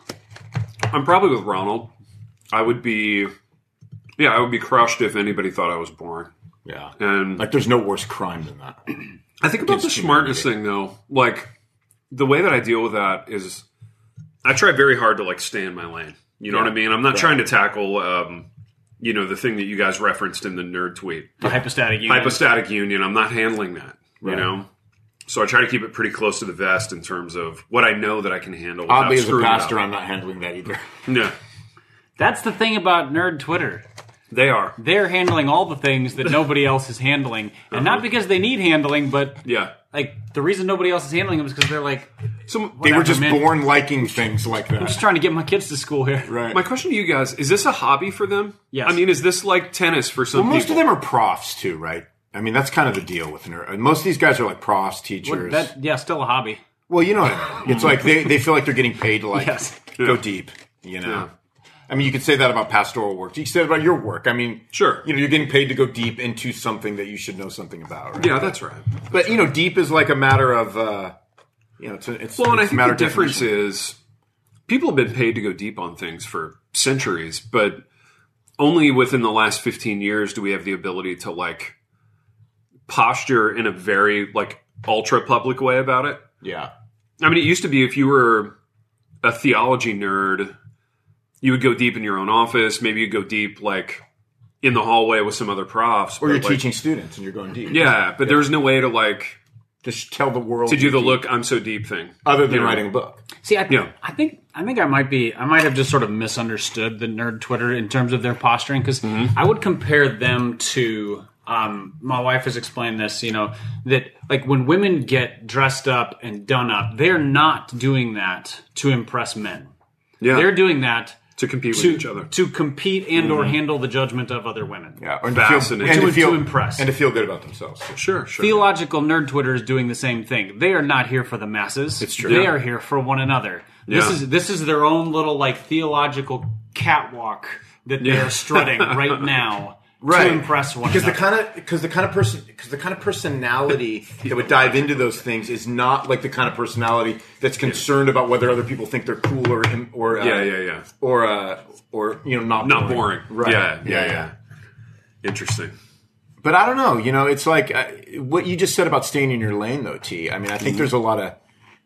Speaker 1: I'm probably with Ronald. I would be, yeah, I would be crushed if anybody thought I was boring.
Speaker 3: Yeah.
Speaker 1: And
Speaker 3: Like, there's no worse crime than that.
Speaker 1: I think about the
Speaker 3: Against
Speaker 1: smartness thing though. Like the way that I deal with that is I try very hard to like stay in my lane. You know
Speaker 3: Yeah.
Speaker 1: what I mean? I'm not trying to tackle um, you know, the thing that you guys referenced in the nerd tweet.
Speaker 2: The hypostatic unit.
Speaker 1: Hypostatic union, I'm not handling that. You
Speaker 3: Right.
Speaker 1: know? So I try to keep it pretty close to the vest in terms of what I know that I can handle. without
Speaker 3: Oddly, as a
Speaker 1: screwing it up.
Speaker 3: pastor, I'm not handling that either.
Speaker 1: Yeah.
Speaker 2: That's the thing about nerd Twitter.
Speaker 1: They are.
Speaker 2: They're handling all the things that nobody else is handling, and not because they need handling, but
Speaker 1: Yeah.
Speaker 2: like the reason nobody else is handling them is because they're like,
Speaker 1: So
Speaker 3: They were
Speaker 2: Whatever,
Speaker 3: just
Speaker 2: man.
Speaker 3: born liking things like
Speaker 2: I'm just
Speaker 3: that.
Speaker 2: trying to get my kids to school here.
Speaker 3: Right.
Speaker 1: my question to you guys, is this a hobby for them?
Speaker 2: Yes.
Speaker 1: I mean, is this like tennis for some
Speaker 3: most
Speaker 1: people?
Speaker 3: of them are profs too, right? I mean, that's kind of the deal with nerd. Most of these guys are like profs,
Speaker 2: But
Speaker 3: teachers.
Speaker 2: that yeah, still a hobby.
Speaker 3: well, you know, what I mean. it's like they, they feel like they're getting paid to like
Speaker 2: Yes.
Speaker 3: go
Speaker 1: Yeah.
Speaker 3: deep. You know.
Speaker 1: Yeah.
Speaker 3: I mean, you could say that about pastoral work. You could say that about your work. I mean,
Speaker 1: Sure.
Speaker 3: You know, you're getting paid to go deep into something that you should know something about. Right?
Speaker 1: yeah, that's right.
Speaker 3: But you know, deep is like a matter of, uh, you know, it's a, it's,
Speaker 1: Well, and I
Speaker 3: it's a
Speaker 1: think
Speaker 3: matter
Speaker 1: the
Speaker 3: of difference.
Speaker 1: difference is people have been paid to go deep on things for centuries, but only within the last 15 years do we have the ability to like posture in a very like ultra public way about it.
Speaker 3: Yeah,
Speaker 1: I mean, it used to be if you were a theology nerd, you would go deep in your own office, maybe you'd go deep like in the hallway with some other profs
Speaker 3: or you're
Speaker 1: but, like-
Speaker 3: teaching students and you're going deep.
Speaker 1: Yeah, but there's no way to like
Speaker 3: just tell the world
Speaker 1: to do the
Speaker 3: you're deep,
Speaker 1: look I'm so deep thing.
Speaker 3: other than
Speaker 1: you know.
Speaker 3: writing a book.
Speaker 2: See, I,
Speaker 1: Yeah.
Speaker 2: I think I think I might be I might have just sort of misunderstood the nerd Twitter in terms of their posturing because
Speaker 1: Mm-hmm.
Speaker 2: I would compare them to um, my wife has explained this, you know, that like when women get dressed up and done up, they're not doing that to impress men.
Speaker 1: Yeah.
Speaker 2: They're doing that
Speaker 1: to compete with
Speaker 2: to
Speaker 1: each other. Mm-hmm.
Speaker 2: to compete and or handle the judgment of other women.
Speaker 3: Yeah, or
Speaker 1: Fascinating.
Speaker 2: To-
Speaker 3: To feel, and to feel
Speaker 2: to impress.
Speaker 3: and to feel good about themselves.
Speaker 1: Sure, sure.
Speaker 2: Theological nerd Twitter is doing the same thing. They are not here for the masses. It's
Speaker 3: true.
Speaker 2: They
Speaker 1: Yeah.
Speaker 2: are here for one another. This
Speaker 1: Yeah.
Speaker 2: is this is their own little like theological catwalk that they are strutting right now to impress one
Speaker 3: because the
Speaker 2: another.
Speaker 3: kind of because the kind of person because the kind of personality that would dive into those things is not like the kind of personality that's concerned about whether other people think they're cool or im- or uh,
Speaker 1: Yeah, yeah, yeah.
Speaker 3: or uh, or you know not
Speaker 1: Not boring.
Speaker 3: right
Speaker 1: Yeah, yeah, yeah. Interesting.
Speaker 3: But I don't know. You know, it's like uh, what you just said about staying in your lane, though. T. I mean, I
Speaker 2: Mm-hmm.
Speaker 3: think there's a lot of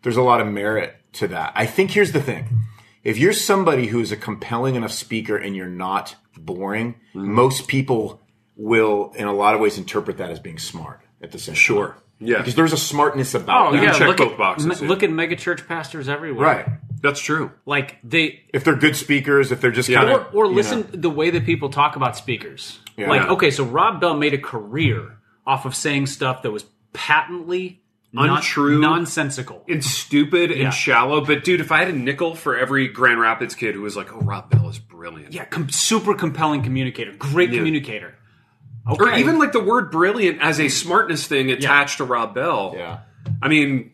Speaker 3: there's a lot of merit to that. I think here's the thing: if you're somebody who is a compelling enough speaker and you're not boring,
Speaker 2: Mm-hmm.
Speaker 3: most people will, in a lot of ways, interpret that as being smart at the same time.
Speaker 1: Sure. Yeah.
Speaker 3: because there's a smartness about.
Speaker 2: Oh,
Speaker 3: that.
Speaker 2: yeah,
Speaker 1: check
Speaker 2: look
Speaker 1: both
Speaker 2: at,
Speaker 1: boxes,
Speaker 2: me-
Speaker 1: yeah.
Speaker 2: look at megachurch pastors everywhere.
Speaker 3: right.
Speaker 1: That's true.
Speaker 2: Like they
Speaker 3: If they're good speakers, if they're just kind
Speaker 2: or,
Speaker 3: of
Speaker 2: or listen the way that people talk about speakers. Like,
Speaker 1: Yeah.
Speaker 2: okay, so Rob Bell made a career off of saying stuff that was patently non-
Speaker 1: Untrue.
Speaker 2: nonsensical.
Speaker 1: It's stupid
Speaker 2: Yeah.
Speaker 1: and shallow, but dude, if I had a nickel for every Grand Rapids kid who was like, "Oh, Rob Bell is brilliant,"
Speaker 2: Yeah, com- super compelling communicator, great communicator. Okay.
Speaker 1: or even like the word "brilliant" as a smartness thing attached to Rob Bell.
Speaker 3: Mm-hmm. yeah,
Speaker 1: I mean,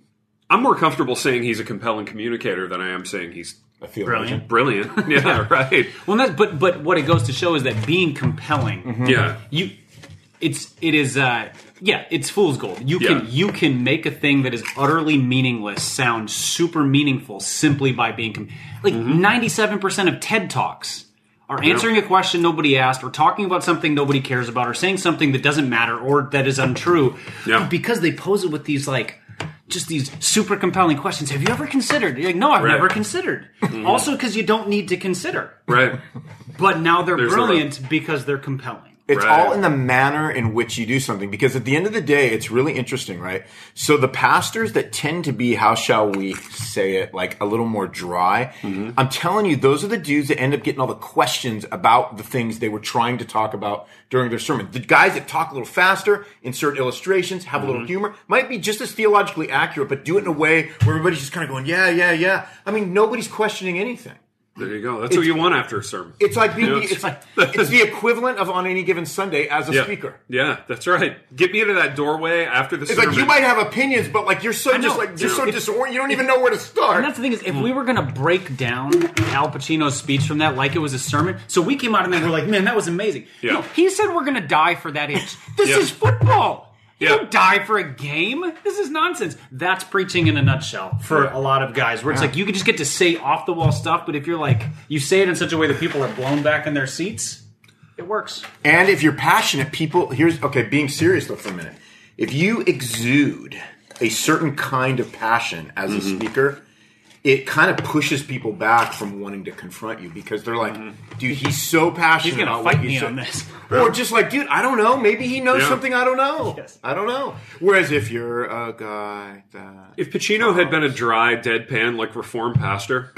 Speaker 1: I'm more comfortable saying he's a compelling communicator than I am saying he's
Speaker 3: I feel
Speaker 2: Brilliant.
Speaker 1: brilliant. Yeah, right.
Speaker 3: Mm-hmm.
Speaker 2: well, that's but but what it goes to show is that being compelling,
Speaker 1: Yeah,
Speaker 2: you, it's it is uh yeah, it's fool's gold. You
Speaker 1: Yeah.
Speaker 2: can you can make a thing that is utterly meaningless sound super meaningful simply by being com- like
Speaker 1: Mm-hmm.
Speaker 2: ninety seven percent of TED talks. Are answering a question nobody asked, or talking about something nobody cares about, or saying something that doesn't matter or that is untrue,
Speaker 1: Yeah.
Speaker 2: because they pose it with these like just these super compelling questions. Have you ever considered? You're like, no, I've
Speaker 1: Right. Mm-hmm.
Speaker 2: never considered. Also, because you don't need to consider.
Speaker 1: Right.
Speaker 2: But now they're
Speaker 1: There's a-
Speaker 2: brilliant because they're compelling.
Speaker 3: It's
Speaker 1: Right.
Speaker 3: all in the manner in which you do something because at the end of the day, it's really interesting, right? So the pastors that tend to be, how shall we say it, like a little more dry,
Speaker 1: Mm-hmm.
Speaker 3: I'm telling you, those are the dudes that end up getting all the questions about the things they were trying to talk about during their sermon. The guys that talk a little faster, insert illustrations, have
Speaker 1: Mm-hmm.
Speaker 3: a little humor, might be just as theologically accurate, but do it in a way where everybody's just kind of going, yeah, yeah, yeah. I mean, nobody's questioning anything.
Speaker 1: There you go. That's what you want after a sermon.
Speaker 3: It's like being,
Speaker 1: Yeah.
Speaker 3: it's, like, it's the equivalent of on any given Sunday as a
Speaker 1: yeah.
Speaker 3: speaker.
Speaker 1: Yeah, that's right. Get me into that doorway after the
Speaker 3: It's
Speaker 1: sermon.
Speaker 3: like you might have opinions, but like you're so
Speaker 2: know.
Speaker 3: just like you're so
Speaker 2: If-
Speaker 3: disorient. You don't even know where to start.
Speaker 2: And that's the thing is, if
Speaker 1: Hmm.
Speaker 2: we were going to break down Al Pacino's speech from that like it was a sermon, so we came out and then we're like, man, that was amazing.
Speaker 1: Yeah.
Speaker 2: No, he said we're going to die for that itch. This
Speaker 1: Yeah.
Speaker 2: is football. You
Speaker 1: Yeah.
Speaker 2: don't die for a game. This is nonsense. That's preaching in a nutshell for
Speaker 1: Yeah.
Speaker 2: a lot of guys, where it's like you could just get to say off the wall stuff, but if you're like, you say it in such a way that people are blown back in their seats, it works.
Speaker 3: And if you're passionate, people here's okay. Being serious though for a minute, if you exude a certain kind of passion as
Speaker 2: Mm-hmm.
Speaker 3: a speaker, it kind of pushes people back from wanting to confront you because they're like, dude, he's so passionate.
Speaker 2: Mm-hmm. He's gonna
Speaker 3: about
Speaker 2: fight
Speaker 3: what you
Speaker 2: me
Speaker 3: said."
Speaker 2: on this.
Speaker 3: Or just like, dude, I don't know. Maybe he knows
Speaker 1: Yeah.
Speaker 3: something I don't know.
Speaker 2: Yes.
Speaker 3: I don't know. Whereas if you're a guy that
Speaker 1: If Pacino had been a dry, deadpan, like reform pastor,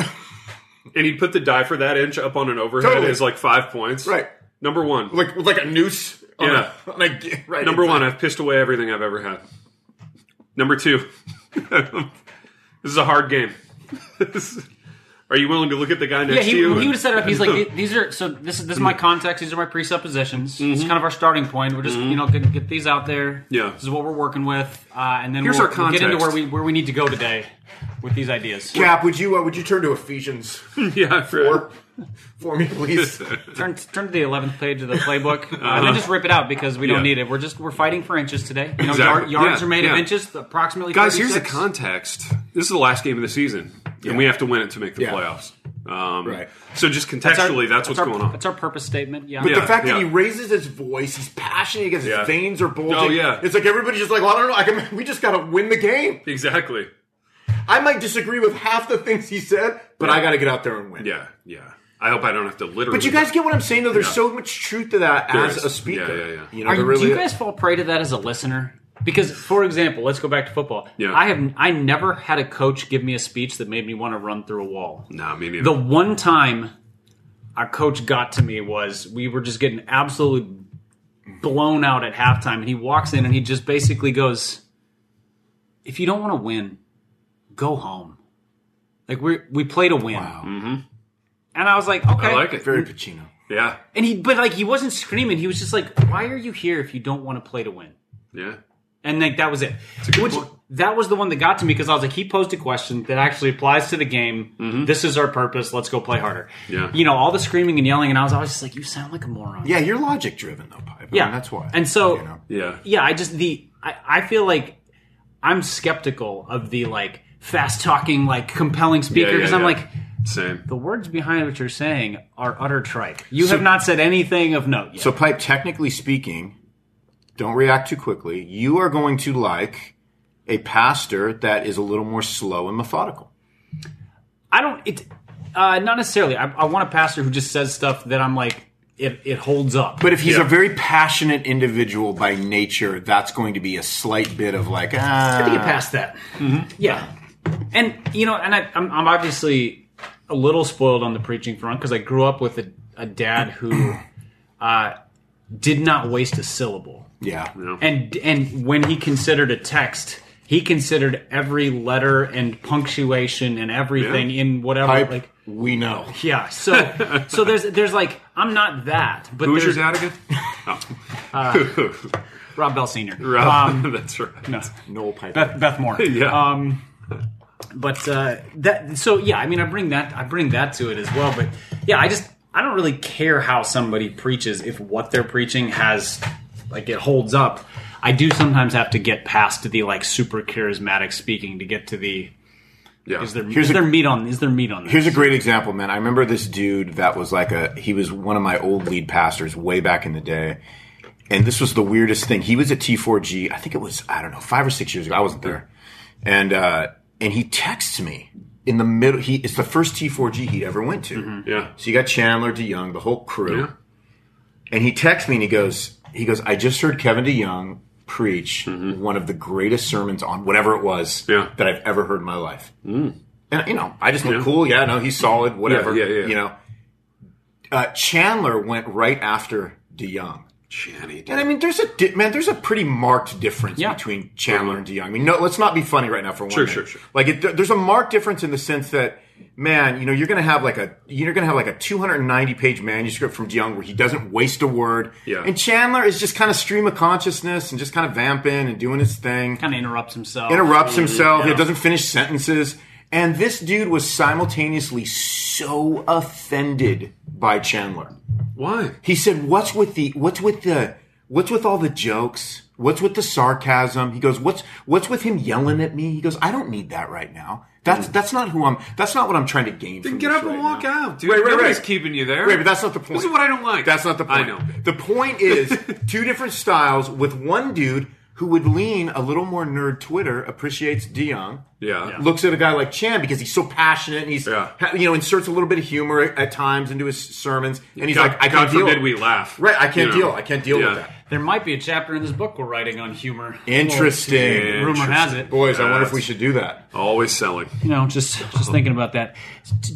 Speaker 1: and he'd put the die for that inch up on an overhead
Speaker 3: Totally.
Speaker 1: as like five points.
Speaker 3: Right.
Speaker 1: Number one.
Speaker 3: like with like a noose, on
Speaker 1: Yeah.
Speaker 3: a, on a- right,
Speaker 1: Number
Speaker 3: exactly.
Speaker 1: one, I've pissed away everything I've ever had. Number two, this is a hard game. Are you willing to look at the guy next
Speaker 2: Yeah, he,
Speaker 1: to you?
Speaker 2: he would set it up. He's like, these are so. This is this is my context. These are my presuppositions. It's kind of our starting point. We're just you know gonna get these out there.
Speaker 1: Mm-hmm. Yeah.
Speaker 2: this is what we're working with, uh, and then
Speaker 1: Here's our
Speaker 2: we'll, we'll get into
Speaker 1: context.
Speaker 2: where we where we need to go today with these ideas.
Speaker 3: Cap, would you uh, would you turn to Ephesians
Speaker 1: yeah, Fred.
Speaker 3: for for me, please?
Speaker 2: Turn turn to the eleventh page of the playbook, uh, and then just rip it out because we don't
Speaker 1: uh-huh. Yeah.
Speaker 2: need it. We're just we're fighting for inches today. You know,
Speaker 1: Exactly.
Speaker 2: yard, yards
Speaker 1: Yeah,
Speaker 2: are made
Speaker 1: yeah.
Speaker 2: of inches, approximately.
Speaker 1: guys. Here's the
Speaker 2: 36.
Speaker 1: context. This is the last game of the season,
Speaker 3: Yeah.
Speaker 1: and we have to win it to make the
Speaker 3: Yeah.
Speaker 1: playoffs. Um,
Speaker 3: Right.
Speaker 1: So just
Speaker 2: That's our-
Speaker 1: contextually, that's, what's
Speaker 2: our-
Speaker 1: going on.
Speaker 2: That's our purpose statement. Yeah.
Speaker 3: But
Speaker 1: Yeah.
Speaker 3: the fact that he raises his voice, he's passionate, because
Speaker 1: Yeah.
Speaker 3: his veins are bulging.
Speaker 1: Oh, yeah.
Speaker 3: It's like everybody's just like, well, I don't know. I can, we just got to win the game.
Speaker 1: exactly.
Speaker 3: I might disagree with half the things he said, but I got to get out there and win.
Speaker 1: Yeah, yeah. I hope I don't have to literally.
Speaker 3: But you guys get what I'm saying, though. There's
Speaker 1: Yeah.
Speaker 3: so much truth to that
Speaker 1: There
Speaker 3: as
Speaker 1: is.
Speaker 3: a speaker.
Speaker 1: Yeah, yeah, yeah.
Speaker 3: You know,
Speaker 2: Are
Speaker 3: there
Speaker 2: you,
Speaker 3: really
Speaker 2: do you guys fall prey to that as a listener? Because, for example, let's go back to football.
Speaker 1: Yeah.
Speaker 2: I have I never had a coach give me a speech that made me want to run through a wall.
Speaker 1: Nah, me neither.
Speaker 2: The one time our coach got to me was we were just getting absolutely blown out at halftime, and he walks in and he just basically goes, "If you don't want to win, go home." Like we we play to win.
Speaker 3: Wow.
Speaker 2: And I was like, okay,
Speaker 1: Mm-hmm. I like it.
Speaker 3: Very Pacino.
Speaker 1: Yeah,
Speaker 2: and he but like he wasn't screaming. He was just like, "Why are you here if you don't want to play to win?"
Speaker 1: yeah.
Speaker 2: And like that was it.
Speaker 1: a good
Speaker 2: Which
Speaker 1: point.
Speaker 2: that was the one that got to me because I was like, he posed a question that actually applies to the game. This is our purpose. Let's go play harder.
Speaker 1: Mm-hmm. Yeah.
Speaker 2: You know, all the screaming and yelling, and I was always just like, you sound like a moron.
Speaker 3: Yeah, you're logic driven, though, Pipe. I mean, that's why.
Speaker 2: And so,
Speaker 3: you know.
Speaker 1: Yeah.
Speaker 2: yeah, I just the I, I feel like I'm skeptical of the like fast talking, like compelling speaker
Speaker 1: Yeah, yeah,
Speaker 2: because I'm
Speaker 1: yeah.
Speaker 2: like.
Speaker 1: Same.
Speaker 2: The words behind what you're saying are utter tripe. You have not said anything of note yet.
Speaker 3: So, Pipe, technically speaking, don't react too quickly. You are going to like a pastor that is a little more slow and methodical.
Speaker 2: I don't. It uh, not necessarily. I, I want a pastor who just says stuff that I'm like, it, it holds up.
Speaker 3: But if he's
Speaker 1: Yeah.
Speaker 3: a very passionate individual by nature, that's going to be a slight bit of like, ah.
Speaker 2: I think it passed that. Yeah, and you know, and I, I'm, I'm obviously a little spoiled on the preaching front because I grew up with a, a dad who uh, did not waste a syllable,
Speaker 3: Yeah.
Speaker 2: and and when he considered a text. He considered every letter and punctuation and everything in whatever,
Speaker 3: Pipe,
Speaker 2: like
Speaker 3: we know.
Speaker 2: yeah. So, so there's there's like I'm not that, but
Speaker 1: Who's your
Speaker 2: there's Uh,
Speaker 1: dad again? Oh.
Speaker 2: Rob Bell Senior. Um,
Speaker 1: Rob, that's right.
Speaker 3: Noel Pipe.
Speaker 2: Beth, Beth Moore.
Speaker 1: Yeah.
Speaker 2: Um, but uh, that so yeah, I mean, I bring that I bring that to it as well. But yeah, I just I don't really care how somebody preaches if what they're preaching has like it holds up. I do sometimes have to get past the like super charismatic speaking to get to the
Speaker 1: yeah.
Speaker 2: is there is
Speaker 3: Here's a-
Speaker 2: there meat on is there meat on this?
Speaker 3: Here's a great example, man. I remember this dude that was like a he was one of my old lead pastors way back in the day. And this was the weirdest thing. He was at T4G, I think it was, I don't know, five or six years ago. I wasn't there. and uh, and he texts me in the middle. He it's the first T4G he ever went to.
Speaker 1: Yeah.
Speaker 3: So you got Chandler, DeYoung, the whole crew.
Speaker 1: Yeah.
Speaker 3: And he texts me and he goes, he goes, I just heard Kevin DeYoung preach one of the greatest sermons on whatever it was
Speaker 1: Mm-hmm. Yeah. Mm.
Speaker 3: that I've ever heard in my life. And you know, I just look cool. Yeah, no, he's solid. Whatever.
Speaker 1: Yeah, yeah, yeah.
Speaker 3: You know, uh, Chandler went right after DeYoung.
Speaker 1: Channy.
Speaker 3: And I mean, there's a di- man, there's a pretty marked difference
Speaker 2: Yeah.
Speaker 3: between Chandler and DeYoung. I mean, no, let's not be funny right now for one.
Speaker 1: Sure,
Speaker 3: minute.
Speaker 1: sure, sure.
Speaker 3: Like, it, there- there's a marked difference in the sense that, man, you know, you're going to have like a you're going to have like a 290 page manuscript from DeYoung where he doesn't waste a word.
Speaker 1: Yeah.
Speaker 3: And Chandler is just kind of stream of consciousness and just kind of vamping and doing his thing
Speaker 2: Kind of interrupts himself.
Speaker 3: interrupts himself. He doesn't finish sentences. And this dude was simultaneously so offended by Chandler.
Speaker 1: Why?
Speaker 3: He said, "What's with the what's with the what's with all the jokes? What's with the sarcasm?" He goes, "What's what's with him yelling at me?" He goes, "I don't need that right now. That's that's not who I'm. That's not what I'm trying to gain." Then
Speaker 1: Mm. Get up and walk out, dude.
Speaker 3: Right, right,
Speaker 1: Nobody's
Speaker 3: right.
Speaker 1: keeping you there.
Speaker 3: Right, but that's not the point.
Speaker 1: This is what I don't like.
Speaker 3: That's not the point.
Speaker 1: I know.
Speaker 3: The point is two different styles with one dude who would lean a little more nerd Twitter, appreciates DeYoung,
Speaker 1: Yeah. Yeah.
Speaker 3: looks at a guy like Chan because he's so passionate and he's,
Speaker 1: Yeah.
Speaker 3: ha- you know, inserts a little bit of humor at, at times into his sermons. And he's
Speaker 1: God-
Speaker 3: like, I
Speaker 1: God
Speaker 3: can't deal.
Speaker 1: forbid we laugh,
Speaker 3: Right, I can't
Speaker 1: you know.
Speaker 3: deal. I can't deal
Speaker 1: Yeah.
Speaker 3: with that.
Speaker 2: There might be a chapter in this book we're writing on humor.
Speaker 3: Interesting.
Speaker 2: Well, rumor has it.
Speaker 3: Boys, I wonder if
Speaker 1: That's-
Speaker 3: we should do that.
Speaker 1: Always selling.
Speaker 2: You know, just just thinking about that.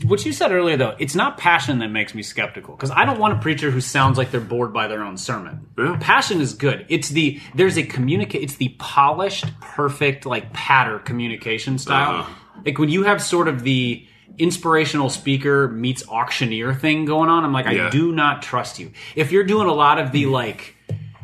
Speaker 2: What you said earlier, though, it's not passion that makes me skeptical because I don't want a preacher who sounds like they're bored by their own sermon.
Speaker 1: Yeah.
Speaker 2: Passion is good. It's the there's a communicate. It's the polished, perfect, like patter communication style.
Speaker 1: Uh-huh.
Speaker 2: Like when you have sort of the inspirational speaker meets auctioneer thing going on. I'm like,
Speaker 1: Yeah.
Speaker 2: I do not trust you. If you're doing a lot of the like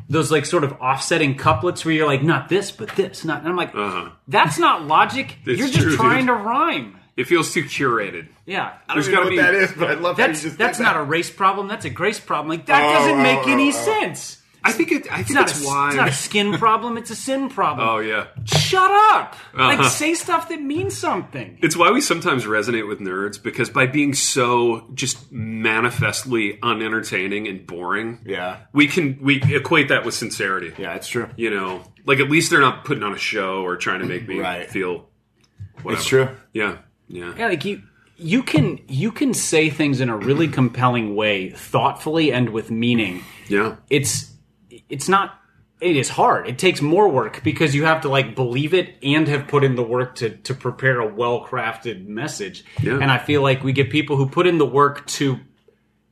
Speaker 2: those like sort of offsetting couplets where you're like, not this, but this, not. And I'm like,
Speaker 1: Uh-huh.
Speaker 2: that's not logic.
Speaker 1: It's
Speaker 2: you're just
Speaker 1: true,
Speaker 2: trying
Speaker 1: dude.
Speaker 2: to rhyme.
Speaker 1: It feels too curated.
Speaker 2: Yeah,
Speaker 1: There's got to be.
Speaker 3: that is, but I love
Speaker 2: that's that's not a race problem. That's a grace problem. Like
Speaker 1: Oh,
Speaker 2: that doesn't make any sense.
Speaker 1: I think it. I
Speaker 2: It's
Speaker 1: think
Speaker 2: not,
Speaker 1: it's
Speaker 2: a,
Speaker 1: why.
Speaker 2: it's not a skin problem. It's a sin problem.
Speaker 1: oh yeah.
Speaker 2: Shut up!
Speaker 1: Uh-huh.
Speaker 2: Like say stuff that means something.
Speaker 1: It's why we sometimes resonate with nerds because by being so just manifestly unentertaining and boring,
Speaker 3: Yeah.
Speaker 1: we can we equate that with sincerity.
Speaker 3: Yeah, it's true.
Speaker 1: You know, like at least they're not putting on a show or trying to make me
Speaker 3: Right.
Speaker 1: feel. Whatever.
Speaker 3: It's true.
Speaker 1: Yeah. Yeah.
Speaker 2: Yeah, like you you can you can say things in a really compelling way, thoughtfully and with meaning.
Speaker 1: Yeah.
Speaker 2: It's it's not it is hard. It takes more work because you have to like believe it and have put in the work to to prepare a well-crafted message.
Speaker 1: Yeah.
Speaker 2: And I feel like we get people who put in the work to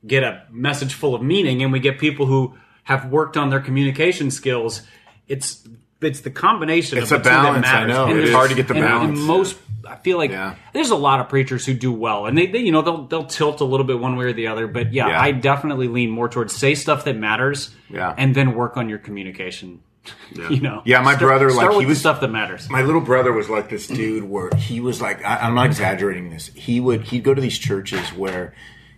Speaker 2: get a message full of meaning and we get people who have worked on their communication skills. It's it's the combination
Speaker 3: It's
Speaker 2: of
Speaker 3: a
Speaker 2: the two that
Speaker 3: balance, I
Speaker 2: matters.
Speaker 3: know.
Speaker 2: And
Speaker 1: It's
Speaker 2: there's-
Speaker 1: hard to
Speaker 3: get the
Speaker 2: and- and
Speaker 3: balance.
Speaker 2: most I feel like
Speaker 3: Yeah.
Speaker 2: there's a lot of preachers who do well, and they, they you know they'll they'll tilt a little bit one way or the other. But yeah,
Speaker 3: Yeah.
Speaker 2: I definitely lean more towards say stuff that matters,
Speaker 3: Yeah.
Speaker 2: and then work on your communication. you know,
Speaker 3: Yeah, my
Speaker 2: Start-
Speaker 3: brother,
Speaker 2: start
Speaker 3: like, he
Speaker 2: with the
Speaker 3: was-
Speaker 2: stuff that matters.
Speaker 3: my little brother was like this dude where he was like I, i'm not exaggerating this he would he'd go to these churches where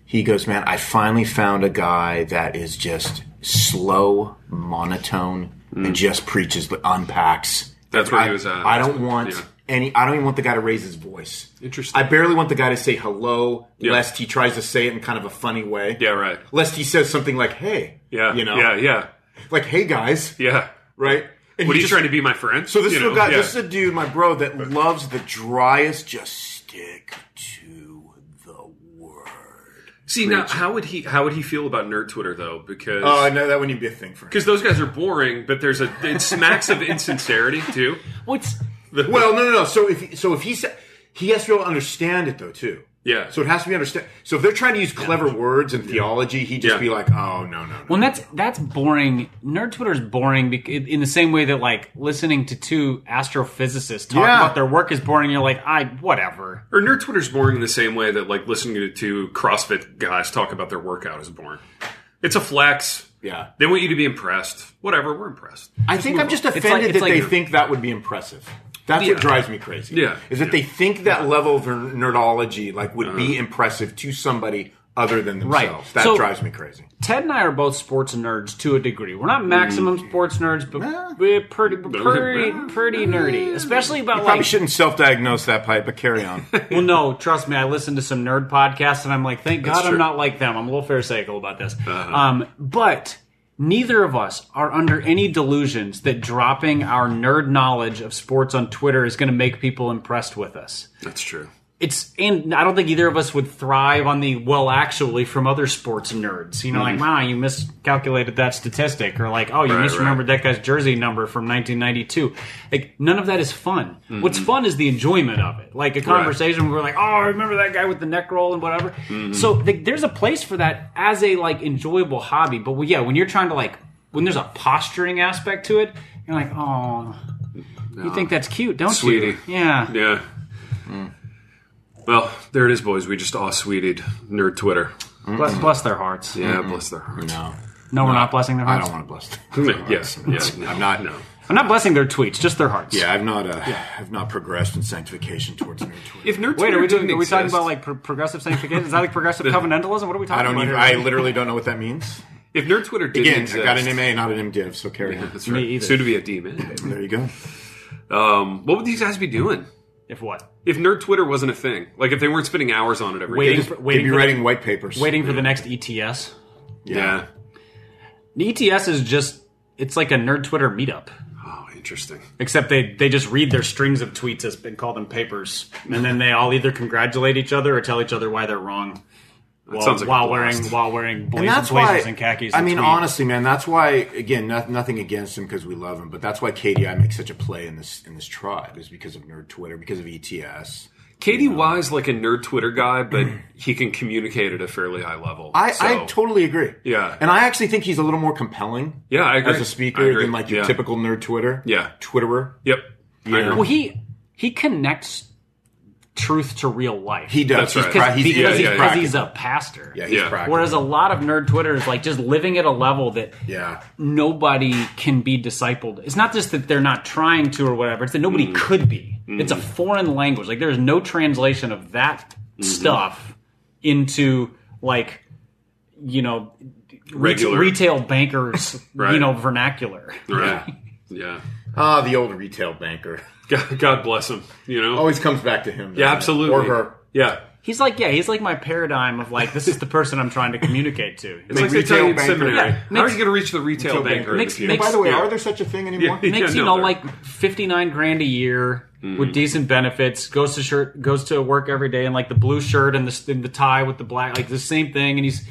Speaker 3: he goes man i finally found a guy that is just slow monotone and just preaches but unpacks
Speaker 1: Mm. That's where
Speaker 3: I,
Speaker 1: he was at.
Speaker 3: i don't want
Speaker 1: Yeah.
Speaker 3: any i don't even want the guy to raise his voice
Speaker 1: Interesting.
Speaker 3: i barely want the guy to say hello lest he tries to say it in kind of a funny way
Speaker 1: Yeah. Right.
Speaker 3: lest he says something like hey
Speaker 1: Yeah.
Speaker 3: you know
Speaker 1: Yeah. Yeah.
Speaker 3: like hey guys
Speaker 1: Yeah.
Speaker 3: right and
Speaker 1: What are
Speaker 3: he
Speaker 1: you
Speaker 3: just-
Speaker 1: trying to be, my friend?
Speaker 3: so this
Speaker 1: you
Speaker 3: is a
Speaker 1: know,
Speaker 3: guy.
Speaker 1: yeah.
Speaker 3: This is a dude, my bro, that loves the driest. Just stick to the word.
Speaker 1: See now, how would he? How would he feel about nerd Twitter though? Because
Speaker 3: know that wouldn't be a thing for him.
Speaker 1: because those guys are boring, but there's a it smacks of insincerity too.
Speaker 2: What's
Speaker 3: Well, no, no, no. So if so, if he said he has to be able to understand it though too.
Speaker 1: Yeah.
Speaker 3: So it has to be understand. So if they're trying to use clever words and theology, he'd just
Speaker 1: Yeah.
Speaker 3: be like, "Oh no, no, no."
Speaker 2: well, that's that's boring. Nerd Twitter is boring bec- in the same way that like listening to two astrophysicists talk
Speaker 3: Yeah.
Speaker 2: about their work is boring. You're like, I whatever.
Speaker 1: Or nerd Twitter's boring in the same way that like listening to, to CrossFit guys talk about their workout is boring. It's a flex.
Speaker 3: yeah.
Speaker 1: They want you to be impressed. Whatever, we're impressed.
Speaker 3: I think I'm just
Speaker 2: on. It's like-
Speaker 3: offended
Speaker 2: it's
Speaker 3: that
Speaker 2: like-
Speaker 3: they think that would be impressive. That's what drives me crazy.
Speaker 1: Yeah.
Speaker 3: Is that they think that level of nerdology like would be impressive to somebody other than
Speaker 2: Right.
Speaker 3: themselves. That
Speaker 2: So-
Speaker 3: drives me crazy.
Speaker 2: Ted and I are both sports nerds to a degree. We're not maximum
Speaker 3: Mm.
Speaker 2: sports nerds, but we're pretty, pretty, pretty nerdy, especially about
Speaker 3: Probably
Speaker 2: like.
Speaker 3: shouldn't self-diagnose that pipe, but carry on.
Speaker 2: Well, no, trust me. I listen to some nerd podcasts, and I'm like, thank God
Speaker 1: true.
Speaker 3: Uh-huh.
Speaker 2: I'm not like them. I'm a little pharisaical about this. Um, but Neither of us are under any delusions that dropping our nerd knowledge of sports on Twitter is going to make people impressed with us.
Speaker 1: That's true.
Speaker 2: It's and I don't think either of us would thrive on the well actually from other sports nerds. You know, like wow, you miscalculated that statistic, or like oh, you
Speaker 1: Mm-hmm. Right,
Speaker 2: misremembered that guy's jersey number from 1992. Like none of that is fun.
Speaker 1: Mm-hmm.
Speaker 2: What's fun is the enjoyment of it. Like a conversation where we're like, oh, I remember that guy with the neck roll and whatever.
Speaker 1: Mm-hmm.
Speaker 2: So like, there's a place for that as a like enjoyable hobby. But well, yeah, when you're trying to like when there's a posturing aspect to it, you're like oh, you think that's cute, don't
Speaker 1: Sweetie.
Speaker 2: you? Yeah.
Speaker 1: Yeah. Well, there it is, boys. We just aw sweetied nerd Twitter. Mm-hmm.
Speaker 2: Bless, bless their hearts.
Speaker 1: Yeah, bless their hearts.
Speaker 3: No,
Speaker 2: No, we're not blessing their
Speaker 3: I
Speaker 2: hearts.
Speaker 3: don't want to bless.
Speaker 1: Yes, yes.
Speaker 3: I'm not.
Speaker 1: No.
Speaker 2: I'm not blessing their tweets, just their hearts.
Speaker 3: Yeah, I've not. Uh, I've not progressed in sanctification towards nerd Twitter.
Speaker 1: If nerd Twitter
Speaker 2: Wait, are we doing?
Speaker 1: didn't
Speaker 2: Are we talking
Speaker 1: exist-
Speaker 2: about like pro- progressive sanctification? Is that like progressive covenantalism? What are we talking
Speaker 3: I don't
Speaker 2: about?
Speaker 3: even.
Speaker 2: here?
Speaker 3: I literally don't know what that means.
Speaker 1: if nerd Twitter didn't
Speaker 3: Again,
Speaker 1: exist,
Speaker 3: I got an MA, not an MDiv, so carry on.
Speaker 1: That's right.
Speaker 2: Me either.
Speaker 1: Soon to be a D man.
Speaker 3: There you go.
Speaker 1: Um, what would these guys be doing
Speaker 2: if what?
Speaker 1: if nerd Twitter wasn't a thing? Like if they weren't spending hours on it every
Speaker 2: Waiting
Speaker 1: day.
Speaker 2: for
Speaker 3: They'd
Speaker 2: waiting
Speaker 3: be
Speaker 2: for,
Speaker 3: writing white papers.
Speaker 2: the, waiting for the next E ETS.
Speaker 1: Yeah.
Speaker 2: The ETS is just it's like a nerd Twitter meetup.
Speaker 1: Oh, interesting.
Speaker 2: Except they, they just read their strings of tweets as and call them papers, and then they all either congratulate each other or tell each other why they're wrong. While,
Speaker 1: sounds like a
Speaker 2: while
Speaker 1: blast.
Speaker 2: wearing while wearing blazers,
Speaker 3: And that's why.
Speaker 2: blazers and khakis.
Speaker 3: I
Speaker 2: and
Speaker 3: mean,
Speaker 2: tweet.
Speaker 3: honestly, man, that's why. Again, not, nothing against him because we love him, but that's why KDI makes such a play in this in this tribe is because of nerd Twitter, because of E ETS.
Speaker 1: Katie Y's like a nerd Twitter guy, but he can communicate at a fairly high level.
Speaker 3: Mm. I,
Speaker 1: So-
Speaker 3: I totally agree.
Speaker 1: Yeah.
Speaker 3: and I actually think he's a little more compelling.
Speaker 1: Yeah, I agree.
Speaker 3: as a
Speaker 1: I
Speaker 3: speaker
Speaker 1: agree.
Speaker 3: than like your
Speaker 1: Yeah.
Speaker 3: typical nerd Twitter.
Speaker 1: Yeah.
Speaker 3: Twitterer.
Speaker 1: Yep. I agree.
Speaker 2: well, he he connects truth to real life.
Speaker 3: He
Speaker 1: That's
Speaker 3: does. he's
Speaker 1: right.
Speaker 3: pra-
Speaker 2: because,
Speaker 3: he's,
Speaker 2: because,
Speaker 1: yeah,
Speaker 2: he's,
Speaker 1: yeah,
Speaker 2: because
Speaker 3: yeah.
Speaker 2: he's a pastor.
Speaker 3: yeah, he's
Speaker 1: Yeah.
Speaker 3: practical.
Speaker 2: Whereas a lot of nerd Twitter is like just living at a level that
Speaker 3: yeah,
Speaker 2: nobody can be discipled. It's not just that they're not trying to or whatever, it's that nobody could be. It's a foreign language. Like there's no translation of that stuff into like you know reta-
Speaker 1: Regular.
Speaker 2: retail bankers
Speaker 1: Right.
Speaker 2: you know vernacular.
Speaker 1: Right. Yeah.
Speaker 3: ah, the old retail banker
Speaker 1: God, God bless him. You know.
Speaker 3: always comes back to him.
Speaker 1: yeah,
Speaker 3: doesn't it?
Speaker 1: absolutely.
Speaker 3: Oh, Or her.
Speaker 1: Yeah.
Speaker 2: He's like yeah, he's like my paradigm of like this is the person I'm trying to communicate to.
Speaker 1: It's like,
Speaker 3: Like
Speaker 1: they tell you in
Speaker 3: retail banker.
Speaker 1: seminary.
Speaker 2: Yeah,
Speaker 1: How are
Speaker 2: makes-
Speaker 1: you going to reach the retail,
Speaker 3: Retail
Speaker 1: banker?
Speaker 3: banker.
Speaker 1: in the
Speaker 2: Makes-
Speaker 1: future?
Speaker 2: makes-
Speaker 3: By the way,
Speaker 1: Yeah.
Speaker 3: are there such a thing anymore?
Speaker 1: Yeah.
Speaker 2: makes
Speaker 1: no, Mm.
Speaker 2: you know
Speaker 1: they're-
Speaker 2: like 59 grand a year with decent benefits goes to shirt goes to work every day in like the blue shirt and the, and the tie with the black like the same thing and he's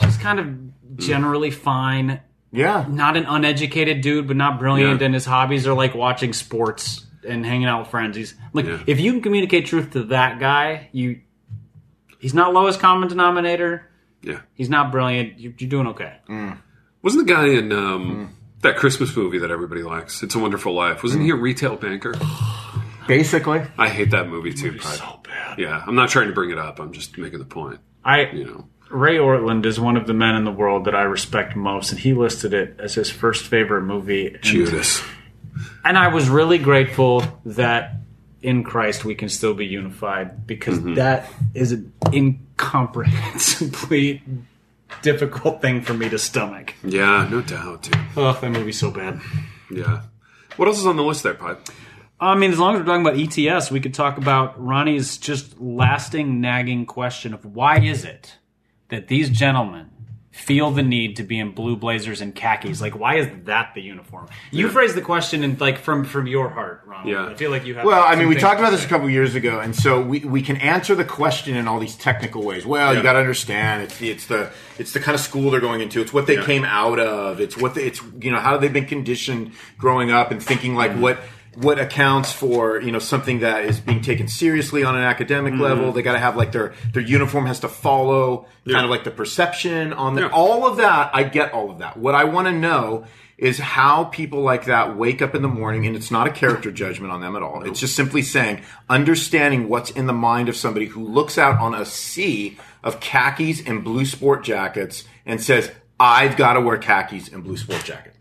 Speaker 2: just kind
Speaker 1: Mm.
Speaker 2: of generally fine
Speaker 3: Yeah.
Speaker 2: not an uneducated dude but not brilliant
Speaker 1: Yeah.
Speaker 2: and his hobbies are like watching sports and hanging out with friends he's like
Speaker 1: Yeah.
Speaker 2: if you can communicate truth to that guy you he's not lowest common denominator
Speaker 1: Yeah.
Speaker 2: he's not brilliant you, you're doing okay
Speaker 1: Wasn't the guy in um,
Speaker 3: Hmm.
Speaker 1: that Christmas movie that everybody likes? It's a Wonderful Life. Wasn't he
Speaker 3: Hmm.
Speaker 1: a retail banker?
Speaker 3: Basically,
Speaker 1: I hate that movie too. So bad. Yeah. I'm not trying to bring it up. I'm just making the point.
Speaker 2: i
Speaker 1: You know.
Speaker 2: Ray Ortland is one of the men in the world that I respect most, and he listed it as his first favorite movie. And,
Speaker 1: Judas.
Speaker 2: and I was really grateful that in Christ we can still be unified because that is an incomprehensibly difficult thing for me to stomach.
Speaker 1: Yeah. No doubt, dude.
Speaker 2: Oh, that movie's so bad.
Speaker 1: Yeah. What else is on the list there, Pipe?
Speaker 2: I mean, as long as we're talking about ETS, we could talk about Ronnie's just lasting nagging question of why is it that these gentlemen feel the need to be in blue blazers and khakis? Like, why is that the uniform? You phrased the question in like from from your heart, Ronnie.
Speaker 1: Yeah.
Speaker 2: I feel like you have.
Speaker 3: Well, I
Speaker 2: some
Speaker 3: mean, we
Speaker 2: things
Speaker 3: talked
Speaker 2: to
Speaker 3: about this
Speaker 2: say.
Speaker 3: a couple years ago, and so we, we can answer the question in all these technical ways. Well,
Speaker 1: Yeah.
Speaker 3: you got to understand it's the, it's the it's the kind of school they're going into. It's what they came out of. It's what they, it's you know how they've been conditioned growing up and thinking like what what accounts for you know something that is being taken seriously on an academic level. They got to have like their their uniform has to follow kind of like the perception on the
Speaker 1: Yeah.
Speaker 3: all of that. I get all of that. What I want to know is how people like that wake up in the morning and it's not a character judgment on them at all. It's just simply saying understanding what's in the mind of somebody who looks out on a sea of khakis and blue sport jackets and says, "I've got to wear khakis and blue sport jacket."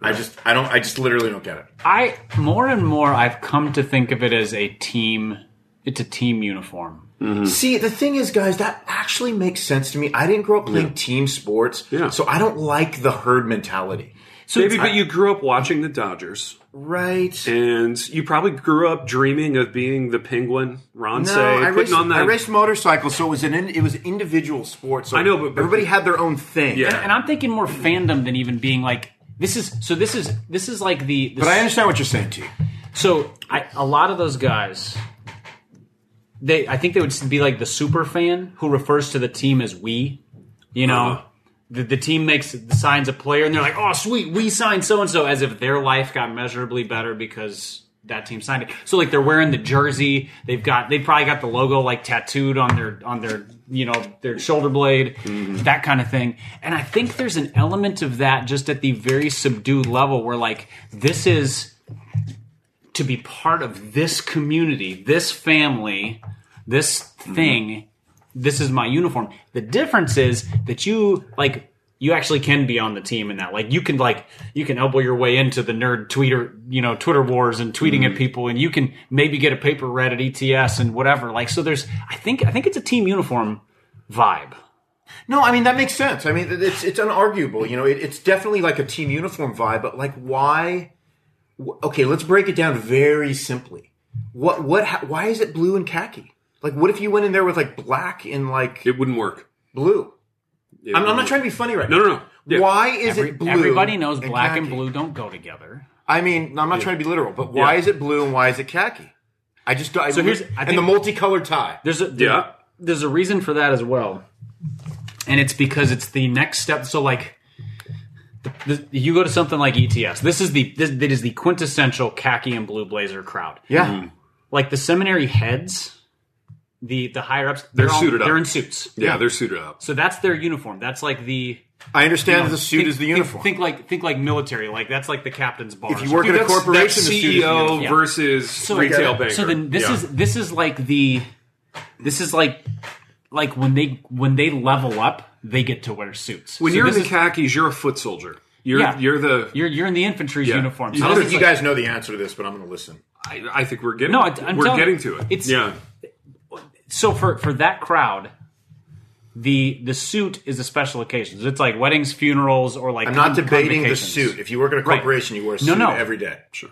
Speaker 3: I just I don't I just literally don't get it.
Speaker 2: I more and more I've come to think of it as a team. It's a team uniform.
Speaker 3: See, the thing is, guys, that actually makes sense to me. I didn't grow up playing team sports,
Speaker 1: Yeah.
Speaker 3: so I don't like the herd mentality.
Speaker 2: So
Speaker 1: Maybe,
Speaker 2: it's-
Speaker 1: but you grew up watching the Dodgers,
Speaker 3: Right.
Speaker 1: and you probably grew up dreaming of being the Penguin, Ron
Speaker 3: No,
Speaker 1: Say,
Speaker 3: I
Speaker 1: putting
Speaker 3: raced,
Speaker 1: on that.
Speaker 3: I raced motorcycles, so it was an in, it was individual sports. So
Speaker 1: I know, but- but-
Speaker 3: everybody had their own thing.
Speaker 1: Yeah.
Speaker 2: and I'm thinking more fandom than even being like this is so this is this is like the, the
Speaker 3: But I understand what you're saying too.
Speaker 2: So I, a lot of those guys, they I think they would be like the super fan who refers to the team as we. You know,
Speaker 1: Uh-huh.
Speaker 2: the, the team makes signs a player, and they're like, "Oh, sweet, we signed so and so," as if their life got measurably better because that team signed it. So like they're wearing the jersey, they've got they probably got the logo like tattooed on their on their you know their shoulder blade, that kind of thing. And I think there's an element of that just at the very subdued level where like this is to be part of this community, this family, this
Speaker 3: Mm-hmm.
Speaker 2: thing. This is my uniform. The difference is that you like you actually can be on the team in that. Like you can like you can elbow your way into the nerd tweeter, you know, Twitter wars and tweeting
Speaker 3: Mm-hmm.
Speaker 2: at people and you can maybe get a paper read at ETS and whatever. Like so there's I think I think it's a team uniform vibe.
Speaker 3: No, I mean that makes sense. I mean it's it's unarguable. You know, it, it's definitely like a team uniform vibe. But like, why? wh- Okay, let's break it down very simply. What what? ha- Why is it blue and khaki? Like, what if you went in there with like black and like
Speaker 1: it wouldn't work.
Speaker 3: blue?
Speaker 1: It
Speaker 3: I'm, I'm
Speaker 1: wouldn't
Speaker 3: not
Speaker 1: work.
Speaker 3: trying to be funny right
Speaker 1: No,
Speaker 3: now.
Speaker 1: no, no. Yeah.
Speaker 3: Why is it blue?
Speaker 2: Everybody knows black and
Speaker 3: khaki?
Speaker 2: blue don't go together.
Speaker 3: I mean, I'm not trying to be literal, but why
Speaker 1: Yeah.
Speaker 3: is it blue and why is it khaki? I just I,
Speaker 2: So here's- I
Speaker 3: and
Speaker 2: think-
Speaker 3: the multicolored tie.
Speaker 2: There's a
Speaker 1: Yeah.
Speaker 2: There's a reason for that as well, and it's because it's the next step. So like, the, the, you go to something like ETS. This is the this, that is the quintessential khaki and blue blazer crowd. Mm-hmm.
Speaker 3: Yeah,
Speaker 2: Like the seminary heads, the the higher ups, they're, all-
Speaker 1: suited up.
Speaker 2: They're in suits.
Speaker 1: Yeah, they're suited up.
Speaker 2: So that's their uniform. That's like the
Speaker 3: I understand that the suit
Speaker 2: think-
Speaker 3: is the
Speaker 2: think-
Speaker 3: uniform.
Speaker 2: Think, like think like military. Like that's like the captain's bar.
Speaker 3: If you
Speaker 2: or
Speaker 3: work
Speaker 2: something.
Speaker 3: at a
Speaker 1: That's-
Speaker 3: corporation,
Speaker 1: that's
Speaker 3: the suit is
Speaker 1: CEO
Speaker 2: uniform.
Speaker 1: versus retail
Speaker 3: okay.
Speaker 1: banker.
Speaker 2: E So then this
Speaker 1: Yeah.
Speaker 2: is this is like the this is like like when they when they level up, they get to wear suits.
Speaker 1: when
Speaker 2: So
Speaker 1: you're in
Speaker 2: this
Speaker 1: the
Speaker 2: is-
Speaker 1: khakis, you're a foot soldier. You're
Speaker 2: Yeah.
Speaker 1: you're the.
Speaker 2: you're you're in the infantry's uniform.
Speaker 1: I
Speaker 3: I
Speaker 1: don't
Speaker 3: don't
Speaker 2: this
Speaker 3: think
Speaker 2: is
Speaker 3: you
Speaker 2: like-
Speaker 3: guys know the answer to this, but I'm going to listen.
Speaker 1: I, I think we're getting.
Speaker 2: No, I- I'm
Speaker 1: we're
Speaker 2: telling-
Speaker 1: getting to it.
Speaker 2: it's-
Speaker 1: yeah.
Speaker 2: so for for that crowd, the the suit is a special occasion. It's like weddings, funerals, or like
Speaker 3: I'm not debating the
Speaker 2: convocations.
Speaker 3: suit. If you work at a
Speaker 2: Right.
Speaker 3: corporation, you wear a suit
Speaker 2: No, no.
Speaker 3: every day.
Speaker 1: Sure.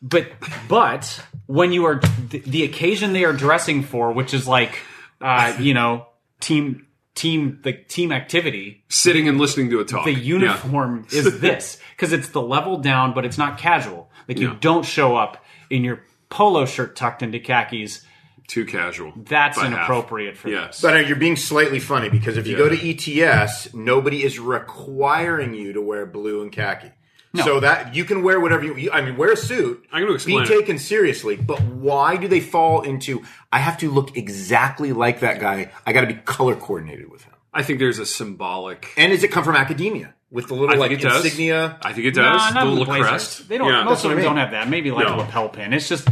Speaker 2: But but when you are the, the occasion they are dressing for, which is like uh, you know team team the team activity.
Speaker 1: Sitting and listening to a talk.
Speaker 2: the
Speaker 1: Yeah.
Speaker 2: uniform is this because it's the level down, but it's not casual. Like you
Speaker 1: Yeah.
Speaker 2: don't show up in your polo shirt tucked into khakis.
Speaker 1: Too casual.
Speaker 2: That's
Speaker 1: By half.
Speaker 2: inappropriate for
Speaker 1: Yeah.
Speaker 2: this.
Speaker 3: But uh, you're being slightly funny because if you
Speaker 1: Yeah.
Speaker 3: go to ETS, nobody is requiring you to wear blue and khaki. So that you can wear whatever you, you- I mean, wear a suit.
Speaker 1: I'm gonna explain
Speaker 3: Be
Speaker 1: it.
Speaker 3: taken seriously, but why do they fall into? I have to look exactly like that guy. I got to be color coordinated with him.
Speaker 1: I think there's a symbolic.
Speaker 3: And does it come from academia with the little
Speaker 1: I
Speaker 3: like
Speaker 1: think it does.
Speaker 3: insignia?
Speaker 1: I think it
Speaker 2: Nah,
Speaker 1: does.
Speaker 2: Uh, not in
Speaker 1: the little
Speaker 2: Blazers.
Speaker 1: crest.
Speaker 2: They don't.
Speaker 1: Yeah.
Speaker 2: Most of
Speaker 3: what
Speaker 2: them
Speaker 3: I
Speaker 2: don't
Speaker 3: mean.
Speaker 2: have that. Maybe like
Speaker 1: No.
Speaker 2: a lapel pin. It's just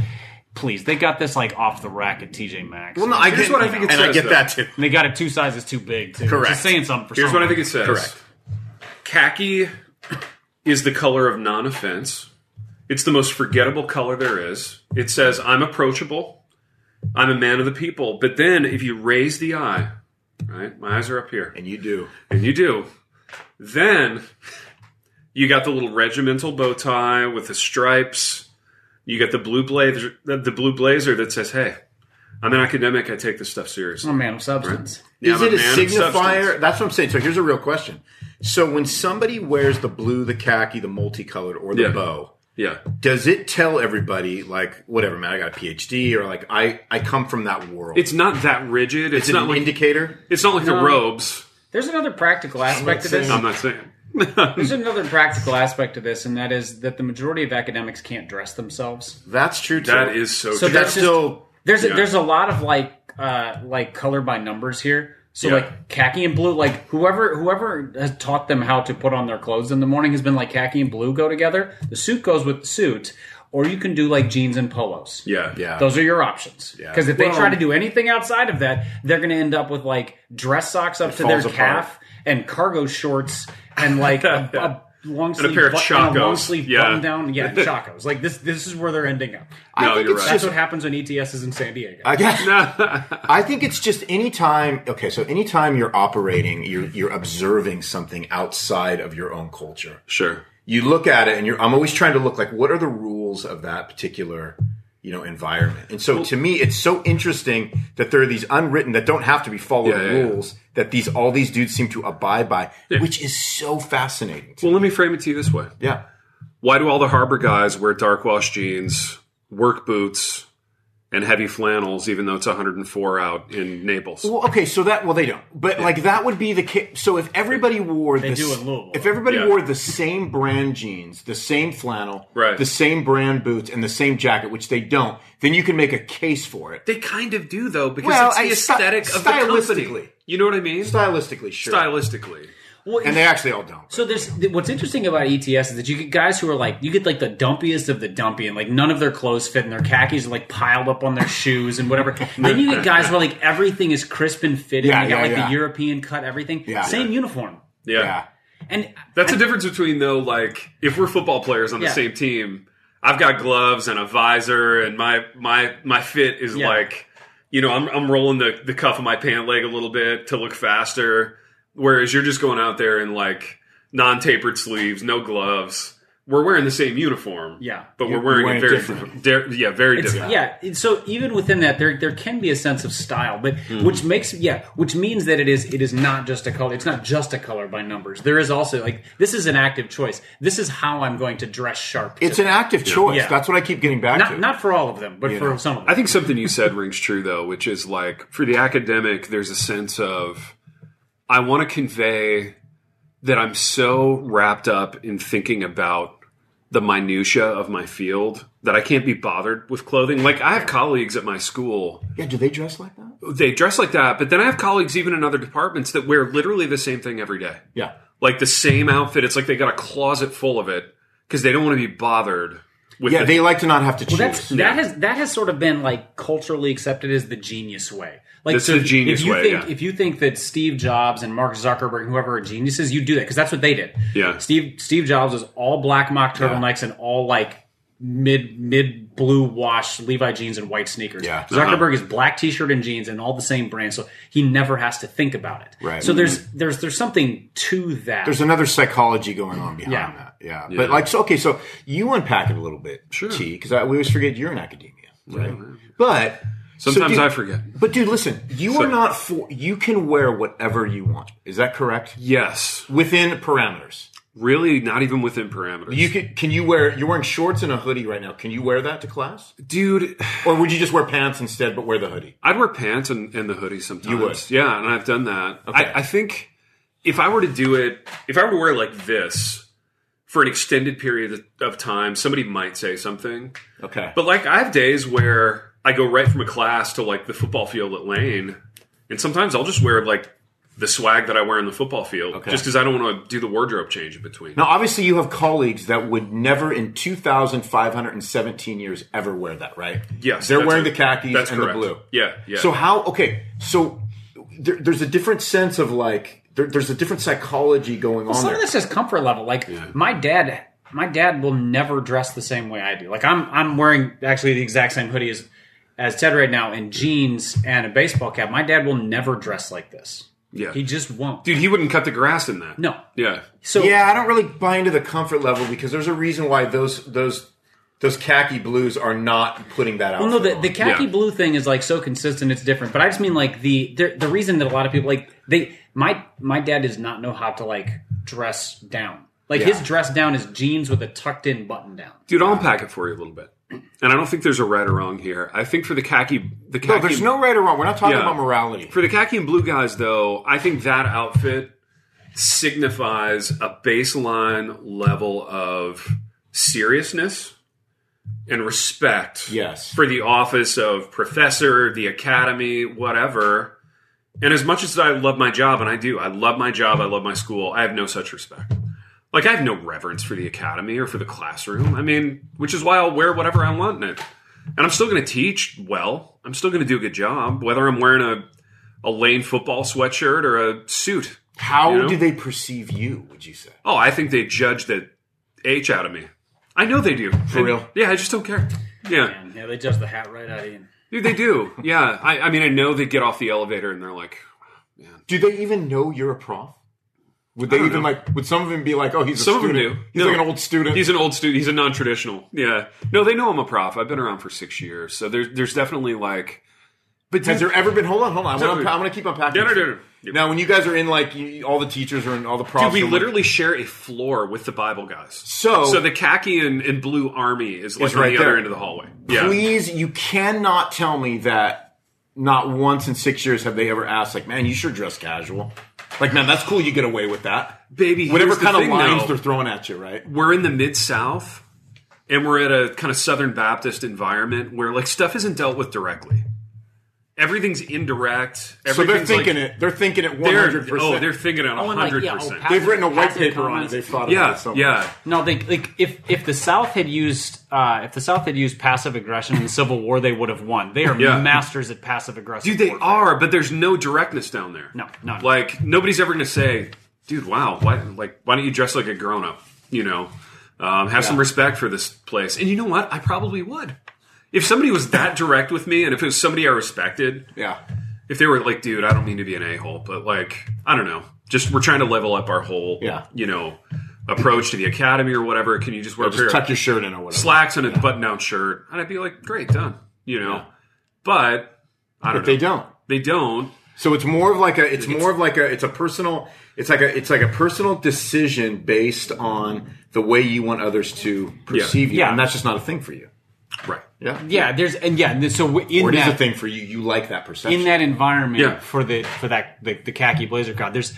Speaker 2: please. They got this like off the rack at TJ Maxx.
Speaker 3: Well, no, I
Speaker 1: Here's
Speaker 3: get
Speaker 1: what I think it
Speaker 3: and I
Speaker 1: says,
Speaker 3: get
Speaker 1: though.
Speaker 3: that too.
Speaker 2: And they got it two sizes too big. Too.
Speaker 3: Correct.
Speaker 2: Just saying something for
Speaker 1: Here's what I
Speaker 2: someone.
Speaker 1: think it says.
Speaker 3: Correct.
Speaker 1: Khaki is the color of non-offense. It's the most forgettable color there is. It says I'm approachable. I'm a man of the people. But then if you raise the eye, right? My eyes are up here.
Speaker 3: And you do.
Speaker 1: And you do. Then you got the little regimental bow tie with the stripes. You got the blue blazer, the, the blue blazer that says, "Hey, I'm an academic. I take this stuff seriously."
Speaker 2: I'm a man of substance.
Speaker 1: Yeah,
Speaker 3: is
Speaker 1: I'm
Speaker 3: it a
Speaker 1: man of substance.
Speaker 3: signifier? That's what I'm saying. So here's a real question. So when somebody wears the blue, the khaki, the multicolored, or the
Speaker 1: Yeah.
Speaker 3: bow,
Speaker 1: Yeah,
Speaker 3: does it tell everybody like whatever man? I got a PhD, or like I I come from that world.
Speaker 1: it's not that rigid. It's,
Speaker 3: Is it
Speaker 1: not
Speaker 3: an
Speaker 1: like
Speaker 3: indicator.
Speaker 1: it's not like the
Speaker 2: No.
Speaker 1: robes.
Speaker 2: There's another practical aspect of this.
Speaker 1: I'm not saying.
Speaker 2: There's another practical aspect of this, and that is that the majority of academics can't dress themselves.
Speaker 3: That's true. Too.
Speaker 1: That is so.
Speaker 2: So
Speaker 1: true.
Speaker 3: That's
Speaker 2: that's just-
Speaker 3: still.
Speaker 2: There's
Speaker 1: Yeah.
Speaker 2: a, there's a lot of like uh, like color by numbers here. So
Speaker 1: Yeah.
Speaker 2: like khaki and blue, like whoever whoever has taught them how to put on their clothes in the morning has been like khaki and blue go together. The suit goes with the suit, or you can do like jeans and polos.
Speaker 1: yeah,
Speaker 3: Yeah.
Speaker 2: Those are your options.
Speaker 3: Yeah.
Speaker 2: Because if they
Speaker 1: Well-
Speaker 2: try to do anything outside of that, they're going to end up with like dress socks up to their
Speaker 3: falls apart.
Speaker 2: calf and cargo shorts and like a, a long sleeve
Speaker 1: pair of
Speaker 2: bu- and a long
Speaker 1: chacos.
Speaker 2: sleeve
Speaker 1: Yeah.
Speaker 2: button down. Yeah, chacos. Like this. This is where they're ending up.
Speaker 1: No,
Speaker 3: I think
Speaker 1: you're
Speaker 3: it's
Speaker 1: right.
Speaker 2: That's
Speaker 3: just.
Speaker 2: what happens when ETS is in San Diego.
Speaker 3: I guess, I think it's just anytime. Okay, so anytime you're operating, you're you're observing something outside of your own culture.
Speaker 1: sure.
Speaker 3: you look at it and you're I'm always trying to look like what are the rules of that particular you know environment. And so to me it's so interesting that there are these unwritten that don't have to be followed
Speaker 1: Yeah, yeah, yeah.
Speaker 3: rules that these all these dudes seem to abide by, which is so fascinating. To me.
Speaker 1: Well, let me frame it to you this way.
Speaker 3: Yeah.
Speaker 1: Why do all the harbor guys wear dark wash jeans, work boots, and heavy flannels, even though it's 104 out in Naples?
Speaker 3: Well, okay, so that well they don't, but like that would be the case. So if everybody wore they
Speaker 4: do in Louisville.
Speaker 3: if everybody
Speaker 1: Yeah.
Speaker 3: wore the same brand jeans, the same flannel,
Speaker 1: Right.
Speaker 3: the same brand boots, and the same jacket, which they don't, then you can make a case for it
Speaker 1: They kind of do though, because
Speaker 3: Well,
Speaker 1: it's the
Speaker 3: I- sti-
Speaker 1: aesthetic of the
Speaker 3: stylistically.
Speaker 1: company. You know what I mean?
Speaker 3: stylistically, sure,
Speaker 1: Stylistically,
Speaker 2: Well,
Speaker 3: and they actually all don't.
Speaker 2: So there's th- what's interesting about ETS is that you get guys who are like you get like the dumpiest of the dumpy and like none of their clothes fit and their khakis are like piled up on their shoes and whatever. then you get guys where like everything is crisp and fitted.
Speaker 3: Yeah,
Speaker 2: you got
Speaker 3: yeah,
Speaker 2: like
Speaker 3: yeah.
Speaker 2: the European cut everything.
Speaker 3: Yeah.
Speaker 2: Same uniform.
Speaker 1: yeah.
Speaker 3: yeah,
Speaker 2: And
Speaker 1: That's the difference between though, like if we're football players on the
Speaker 2: Yeah.
Speaker 1: same team, I've got gloves and a visor, and my my my fit is
Speaker 2: Yeah.
Speaker 1: like, you know, I'm I'm rolling the the cuff of my pant leg a little bit to look faster, whereas you're just going out there in like non tapered sleeves, no gloves. We're wearing the same uniform,
Speaker 2: Yeah.
Speaker 1: but we're
Speaker 3: You're
Speaker 1: wearing,
Speaker 3: wearing
Speaker 1: it very
Speaker 3: different.
Speaker 1: different. di- yeah, very
Speaker 2: It's-
Speaker 1: different.
Speaker 2: yeah. and So even within that, there there can be a sense of style, but
Speaker 3: Hmm.
Speaker 2: which makes yeah, which means that it is it is not just a color. It's not just a color by numbers. There is also like this is an active choice. This is how I'm going to dress sharp.
Speaker 3: it's an active choice.
Speaker 2: Yeah.
Speaker 3: That's what I keep getting back to.
Speaker 2: not not for all of them, but for
Speaker 3: know.
Speaker 2: some of
Speaker 1: I
Speaker 2: them.
Speaker 1: think something you said rings true though, which is like for the academic, there's a sense of I want to convey that I'm so wrapped up in thinking about the minutia of my field that I can't be bothered with clothing. Like I have colleagues at my school,
Speaker 3: yeah, do they dress like that?
Speaker 1: they dress like that, but then I have colleagues even in other departments that wear literally the same thing every day.
Speaker 3: Yeah,
Speaker 1: Like the same outfit. It's like they got a closet full of it because they don't want to be bothered with
Speaker 3: yeah,
Speaker 1: the-
Speaker 3: they like to not have to choose.
Speaker 2: That's, that has that has sort of been like culturally accepted as the genius way. Like
Speaker 1: That's the
Speaker 2: if-
Speaker 1: genius
Speaker 2: if you
Speaker 1: way,
Speaker 2: Think,
Speaker 1: yeah.
Speaker 2: If you think that Steve Jobs and Mark Zuckerberg, and whoever are geniuses, you do that because that's what they did.
Speaker 1: Yeah.
Speaker 2: Steve Steve Jobs was all black mock turtlenecks and all like mid mid blue wash Levi jeans and white sneakers.
Speaker 3: Yeah.
Speaker 1: Uh-huh.
Speaker 2: Zuckerberg is black t shirt and jeans and all the same brand, so he never has to think about it.
Speaker 3: Right.
Speaker 2: So there's there's there's something to that.
Speaker 3: There's another psychology going on behind
Speaker 2: Yeah.
Speaker 3: that. Yeah. But like, so, okay, so you unpack it a little bit, sure. T, because we always forget you're in academia, right? But so,
Speaker 1: Sometimes
Speaker 3: dude-
Speaker 1: I forget.
Speaker 3: But dude, listen, you are not for. You can wear whatever you want. Is that correct?
Speaker 1: Yes.
Speaker 3: Within parameters,
Speaker 1: Really, not even within parameters.
Speaker 3: you can. Can you wear? You're wearing shorts and a hoodie right now. Can you wear that to class,
Speaker 1: dude,
Speaker 3: or would you just wear pants instead, but wear the hoodie?
Speaker 1: I'd wear pants and, and the hoodie sometimes.
Speaker 3: You would.
Speaker 1: yeah, and I've done that. I, I think if I were to do it, if I were to wear it like this for an extended period of time, somebody might say something.
Speaker 3: Okay.
Speaker 1: But like, I have days where I go right from a class to like the football field at Lane, and sometimes I'll just wear like the swag that I wear in the football field,
Speaker 3: Okay.
Speaker 1: just because I don't want to do the wardrobe change in between.
Speaker 3: now, obviously, you have colleagues that would never in 2,517 years ever wear that, right?
Speaker 1: Yes,
Speaker 3: They're
Speaker 1: that's
Speaker 3: wearing
Speaker 1: it.
Speaker 3: the khakis
Speaker 1: That's
Speaker 3: and
Speaker 1: correct.
Speaker 3: the blue.
Speaker 1: Yeah, yeah.
Speaker 3: So how? Okay, so there, there's a different sense of like there, there's a different psychology going on
Speaker 2: some
Speaker 3: there.
Speaker 2: of this is comfort level. Like my dad, my dad will never dress the same way I do. Like I'm, I'm wearing actually the exact same hoodie as, as Ted right now, and jeans and a baseball cap. My dad will never dress like this.
Speaker 1: yeah,
Speaker 2: He just won't.
Speaker 1: dude, he wouldn't cut the grass in that.
Speaker 2: No.
Speaker 1: Yeah.
Speaker 2: So
Speaker 3: yeah, I don't really buy into the comfort level because there's a reason why those those those khaki blues are not putting that out.
Speaker 2: Well, no, the, the khaki
Speaker 1: Yeah.
Speaker 2: blue thing is like so consistent; it's different. But I just mean like the the, the reason that a lot of people like they my my dad does not know how to like dress down. Like his
Speaker 3: Yeah.
Speaker 2: dress down is jeans with a tucked in button down.
Speaker 1: Dude, I'll unpack it for you a little bit. And I don't think there's a right or wrong here. I think for the khaki, the khaki,
Speaker 3: no, there's no right or wrong. We're not talking
Speaker 1: Yeah.
Speaker 3: about morality.
Speaker 1: for the khaki and blue guys though. I think that outfit signifies a baseline level of seriousness and respect.
Speaker 3: Yes.
Speaker 1: for the office of professor, the academy, whatever. And as much as I love my job, and I do, I love my job, I love my school. I have no such respect. Like I have no reverence for the academy or for the classroom. I mean, which is why I'll wear whatever I want in it. And I'm still going to teach well. I'm still going to do a good job, whether I'm wearing a, a lane football sweatshirt or a suit.
Speaker 3: How
Speaker 1: You know?
Speaker 3: do they perceive you? Would you say?
Speaker 1: Oh, I think they judge the H out of me. I know they do. For
Speaker 3: real?
Speaker 1: Yeah, I just don't care. Yeah.
Speaker 2: And yeah, they judge the hat right out of you.
Speaker 1: Dude, they do. Yeah. I, I mean, I know they get off the elevator and they're like,
Speaker 3: Do they even know you're a prof? Would they
Speaker 1: don't
Speaker 3: even
Speaker 1: know.
Speaker 3: like? Would some of them be like, "Oh, he's a
Speaker 1: Some of them
Speaker 3: student.
Speaker 1: do.
Speaker 3: He's
Speaker 1: No.
Speaker 3: like an old student."
Speaker 1: He's an old student. He's a non-traditional. Yeah. No, they know I'm a prof. I've been around for six years, so there's there's definitely like. But
Speaker 3: Has
Speaker 1: dude-
Speaker 3: there ever been? Hold on, hold on. I'm,
Speaker 1: Tell
Speaker 3: gonna,
Speaker 1: me.
Speaker 3: I'm gonna keep unpacking.
Speaker 1: No, no,
Speaker 3: this.
Speaker 1: no, no.
Speaker 3: Now, when you guys are in, like, you, all the teachers are in, all the
Speaker 1: Dude,
Speaker 3: profs.
Speaker 1: we
Speaker 3: are in,
Speaker 1: literally share a floor with the Bible guys.
Speaker 3: So-
Speaker 1: so the khaki and, and blue army is like
Speaker 3: Is
Speaker 1: on
Speaker 3: right
Speaker 1: the other
Speaker 3: there.
Speaker 1: end of the hallway.
Speaker 3: Like,
Speaker 1: Yeah,
Speaker 3: Please, you cannot tell me that not once in six years have they ever asked, like, "Man, you sure dress casual." Like, man, that's cool. You get away with that.
Speaker 1: baby.
Speaker 3: Whatever
Speaker 1: here's the
Speaker 3: kind of
Speaker 1: thing,
Speaker 3: lines
Speaker 1: though.
Speaker 3: they're throwing at you, right?
Speaker 1: we're in the mid South, and we're at a kind of Southern Baptist environment where like stuff isn't dealt with directly. Everything's indirect.
Speaker 3: So they're
Speaker 1: Everything's
Speaker 3: thinking
Speaker 1: like,
Speaker 3: it. They're thinking it one
Speaker 1: They're,
Speaker 3: hundred percent.
Speaker 1: oh, they're thinking it
Speaker 5: and, like,
Speaker 1: hundred
Speaker 5: yeah, oh,
Speaker 1: percent.
Speaker 5: pass-
Speaker 3: They've written a white
Speaker 5: Passive
Speaker 3: paper on it.
Speaker 5: comments.
Speaker 3: They've thought about it.
Speaker 1: Yeah,
Speaker 3: somewhere.
Speaker 1: yeah.
Speaker 5: No, they like if if the South had used uh, if the South had used passive aggression in the Civil War, they would have won. They are
Speaker 1: Yeah.
Speaker 5: masters at passive aggressive.
Speaker 1: Dude, they
Speaker 5: warfare.
Speaker 1: are, but there's no directness down there.
Speaker 5: No, none.
Speaker 1: Like nobody's ever going to say, "Dude, wow, why like why don't you dress like a grown up?" You know, um, have some respect for this place. And you know what? I probably would. If somebody was that direct with me, and if it was somebody I respected,
Speaker 3: yeah.
Speaker 1: if they were like, "Dude, I don't mean to be an a hole, but like, I don't know, just we're trying to level up our whole,
Speaker 3: Yeah.
Speaker 1: you know, approach to the academy or whatever. Can you just wear a pair
Speaker 3: Just
Speaker 1: of
Speaker 3: tuck your shirt in or whatever.
Speaker 1: slacks and a button down shirt?" And I'd be like, "Great, done," you know. But I don't
Speaker 3: But
Speaker 1: know.
Speaker 3: they don't.
Speaker 1: They don't.
Speaker 3: So it's more of like a it's more of like a it's a personal it's like a it's like a personal decision based on the way you want others to perceive you,
Speaker 5: Yeah.
Speaker 3: and that's just not a thing for you.
Speaker 1: Right.
Speaker 3: Yeah,
Speaker 5: Yeah, there's and yeah, and so in
Speaker 3: Or it is
Speaker 5: that
Speaker 3: a thing for you. You like that perception.
Speaker 5: in that environment
Speaker 1: Yeah.
Speaker 5: for the for that the, the khaki blazer crowd, there's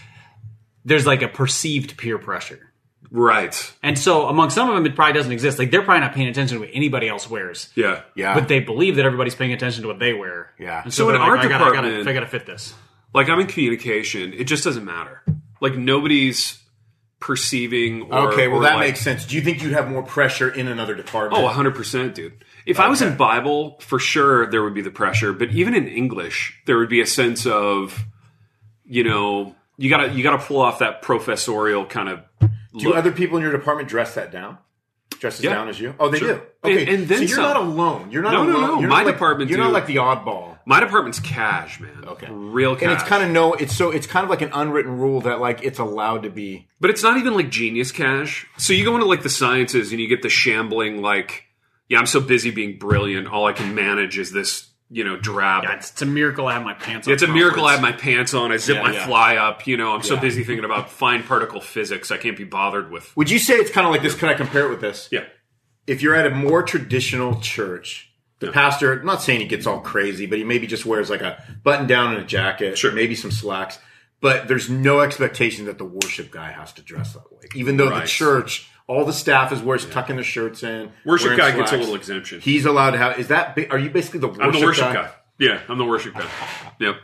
Speaker 5: there's like a perceived peer pressure.
Speaker 1: Right.
Speaker 5: And so among some of them, it probably doesn't exist. Like they're probably not paying attention to what anybody else wears.
Speaker 1: Yeah.
Speaker 3: yeah,
Speaker 5: But they believe that everybody's paying attention to what they wear.
Speaker 3: Yeah.
Speaker 5: And
Speaker 1: So
Speaker 5: so, they're
Speaker 1: in
Speaker 5: like,
Speaker 1: our
Speaker 5: I gotta, I, gotta,
Speaker 1: department-
Speaker 5: I gotta fit this.
Speaker 1: Like I'm in communication. It just doesn't matter. Like nobody's perceiving. Or,
Speaker 3: okay, well
Speaker 1: or
Speaker 3: that
Speaker 1: like,
Speaker 3: makes sense. Do you think you'd have more pressure in another department?
Speaker 1: Oh, 100 percent, dude. If I was in Bible, for sure there would be the pressure. But even in English, there would be a sense of, you know, you gotta you gotta pull off that professorial kind of.
Speaker 3: do other people in your department dress that down? Dress as
Speaker 1: Yeah.
Speaker 3: down as you? Oh, they
Speaker 1: Sure.
Speaker 3: do. Okay,
Speaker 1: And- and then
Speaker 3: so you're
Speaker 1: some.
Speaker 3: not alone. You're not
Speaker 1: No, no,
Speaker 3: alone.
Speaker 1: no.
Speaker 3: You're
Speaker 1: My
Speaker 3: not like-
Speaker 1: department
Speaker 3: You're not
Speaker 1: do.
Speaker 3: like the oddball.
Speaker 1: My department's cash, man.
Speaker 3: Okay.
Speaker 1: Real cash.
Speaker 3: And it's kind of no. It's so. It's kind of like an unwritten rule that like it's allowed to be.
Speaker 1: But it's not even like genius cash. So you go into like the sciences and you get the shambling like, yeah, I'm so busy being brilliant, all I can manage is this, you know, drab.
Speaker 5: Yeah,
Speaker 1: it's,
Speaker 5: it's, it's a miracle I have my pants on.
Speaker 1: a miracle I have
Speaker 5: backwards.
Speaker 1: my pants on, I zip my
Speaker 3: yeah.
Speaker 1: fly up, you know, I'm so busy thinking about fine particle physics I can't be bothered with.
Speaker 3: Would you say it's kind of like this? Could I compare it with this?
Speaker 1: Yeah.
Speaker 3: if you're at a more traditional church, the pastor, I'm not saying he gets all crazy, but he maybe just wears like a button down and a jacket,
Speaker 1: Sure.
Speaker 3: maybe some slacks. But there's no expectation that the worship guy has to dress that way. Even though
Speaker 1: Right.
Speaker 3: the church, all the staff is wears tucking their shirts in.
Speaker 1: Worship
Speaker 3: wearing
Speaker 1: guy gets a
Speaker 3: slacks.
Speaker 1: little exemption.
Speaker 3: He's allowed to have. Is that? ba- Are you basically the worship,
Speaker 1: I'm the worship guy. Yeah, I'm the worship guy. Yep.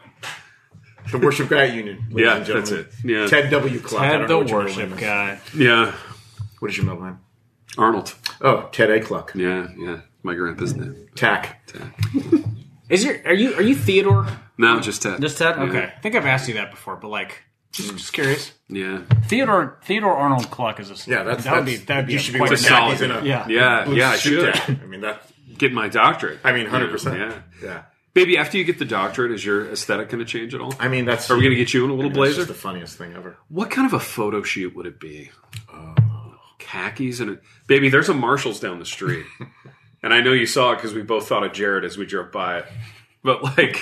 Speaker 3: The worship guy at union. ladies
Speaker 1: Yeah,
Speaker 3: and gentlemen.
Speaker 1: that's it. Yeah.
Speaker 3: Ted W. Clark. I
Speaker 5: Ted
Speaker 3: don't know
Speaker 5: the
Speaker 3: what your middle
Speaker 5: worship
Speaker 3: name is.
Speaker 5: guy.
Speaker 1: Yeah.
Speaker 3: What is your middle name?
Speaker 1: Arnold.
Speaker 3: Oh, Ted A. Cluck.
Speaker 1: Yeah, yeah. My grandpa's name.
Speaker 3: Tack.
Speaker 5: Is your are you are you Theodore?
Speaker 1: No, just Ted.
Speaker 5: Just Ted?
Speaker 1: Yeah.
Speaker 5: Okay. I think I've asked you that before, but like just, just curious.
Speaker 1: Yeah.
Speaker 5: Theodore Theodore Arnold Cluck is a
Speaker 3: Yeah, that's
Speaker 5: that would be
Speaker 3: that's-
Speaker 5: that'd be
Speaker 3: you
Speaker 5: a
Speaker 3: should be
Speaker 5: quite
Speaker 3: wearing
Speaker 1: a
Speaker 5: a
Speaker 1: solid-
Speaker 3: khakis and a
Speaker 5: Yeah.
Speaker 1: Yeah, yeah, I
Speaker 3: suit
Speaker 1: should.
Speaker 3: jacket. I mean that.
Speaker 1: Get my doctorate.
Speaker 3: I mean, hundred percent.
Speaker 1: Yeah.
Speaker 3: Yeah.
Speaker 1: Baby, after you get the doctorate, is your aesthetic going to change at all?
Speaker 3: I mean, that's.
Speaker 1: Are we going to get you in a little
Speaker 3: That's
Speaker 1: blazer?
Speaker 3: just the funniest thing ever.
Speaker 1: What kind of a photo shoot would it be?
Speaker 3: Oh.
Speaker 1: Khakis and a baby. There's a Marshalls down the street, and I know you saw it because we both thought of Jared as we drove by it. But like,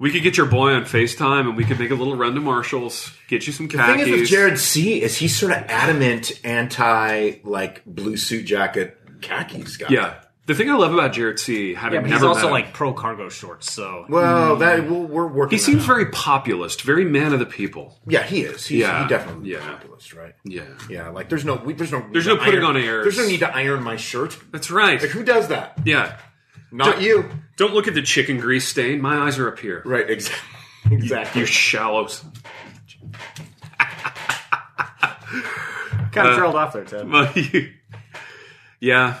Speaker 1: we could get your boy on Facetime, and we could make a little run to Marshalls, get you some
Speaker 3: Thing
Speaker 1: khakis.
Speaker 3: is with Jared C is he's sort of adamant anti like blue suit jacket khakis guy.
Speaker 1: yeah. The thing I love about Jared C, having
Speaker 5: Yeah, but
Speaker 1: never
Speaker 5: he's also
Speaker 1: met him-
Speaker 5: like pro cargo shorts, so
Speaker 3: Well, that we'll, we're
Speaker 1: he
Speaker 3: working. that
Speaker 1: seems
Speaker 3: out.
Speaker 1: very populist, very man of the people.
Speaker 3: Yeah, he is. He's,
Speaker 1: Yeah.
Speaker 3: He definitely
Speaker 1: Yeah.
Speaker 3: is a populist, right?
Speaker 1: Yeah,
Speaker 3: Yeah. Like there's no we, there's no
Speaker 1: There's
Speaker 3: need
Speaker 1: no
Speaker 3: to
Speaker 1: putting
Speaker 3: iron-
Speaker 1: on airs.
Speaker 3: There's no need to iron my shirt.
Speaker 1: that's right.
Speaker 3: Like who does that?
Speaker 1: Yeah,
Speaker 3: Not you.
Speaker 1: don't look at the chicken grease stain. My eyes are up here.
Speaker 3: Right. Exactly. Exactly.
Speaker 1: You shallows.
Speaker 5: kind
Speaker 1: uh,
Speaker 5: of trailed off there, Ted.
Speaker 1: Well, you- yeah.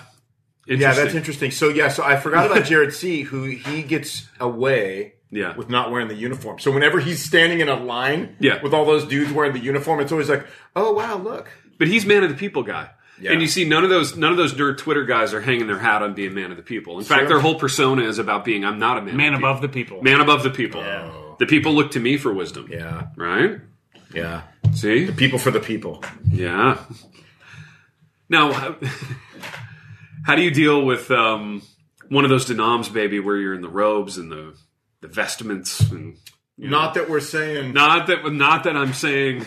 Speaker 3: yeah, that's interesting. So yeah, so I forgot about Jared C, who he gets away
Speaker 1: Yeah.
Speaker 3: with not wearing the uniform. So whenever he's standing in a line
Speaker 1: Yeah.
Speaker 3: with all those dudes wearing the uniform, it's always like, oh wow, look.
Speaker 1: But he's man of the people guy.
Speaker 3: Yeah.
Speaker 1: And you see, none of those none of those nerd Twitter guys are hanging their hat on being man of the people. In fact,
Speaker 3: Sure.
Speaker 1: their whole persona is about being I'm not a man.
Speaker 5: Man
Speaker 1: of
Speaker 5: above the people.
Speaker 1: the people. man above the people. The people look to me for wisdom.
Speaker 3: Yeah,
Speaker 1: Right.
Speaker 3: yeah.
Speaker 1: See?
Speaker 3: People for the people.
Speaker 1: Yeah. Now, how, how do you deal with um, one of those denoms, baby, where you're in the robes and the, the vestments? And
Speaker 3: Not that we're saying.
Speaker 1: not that, not that I'm saying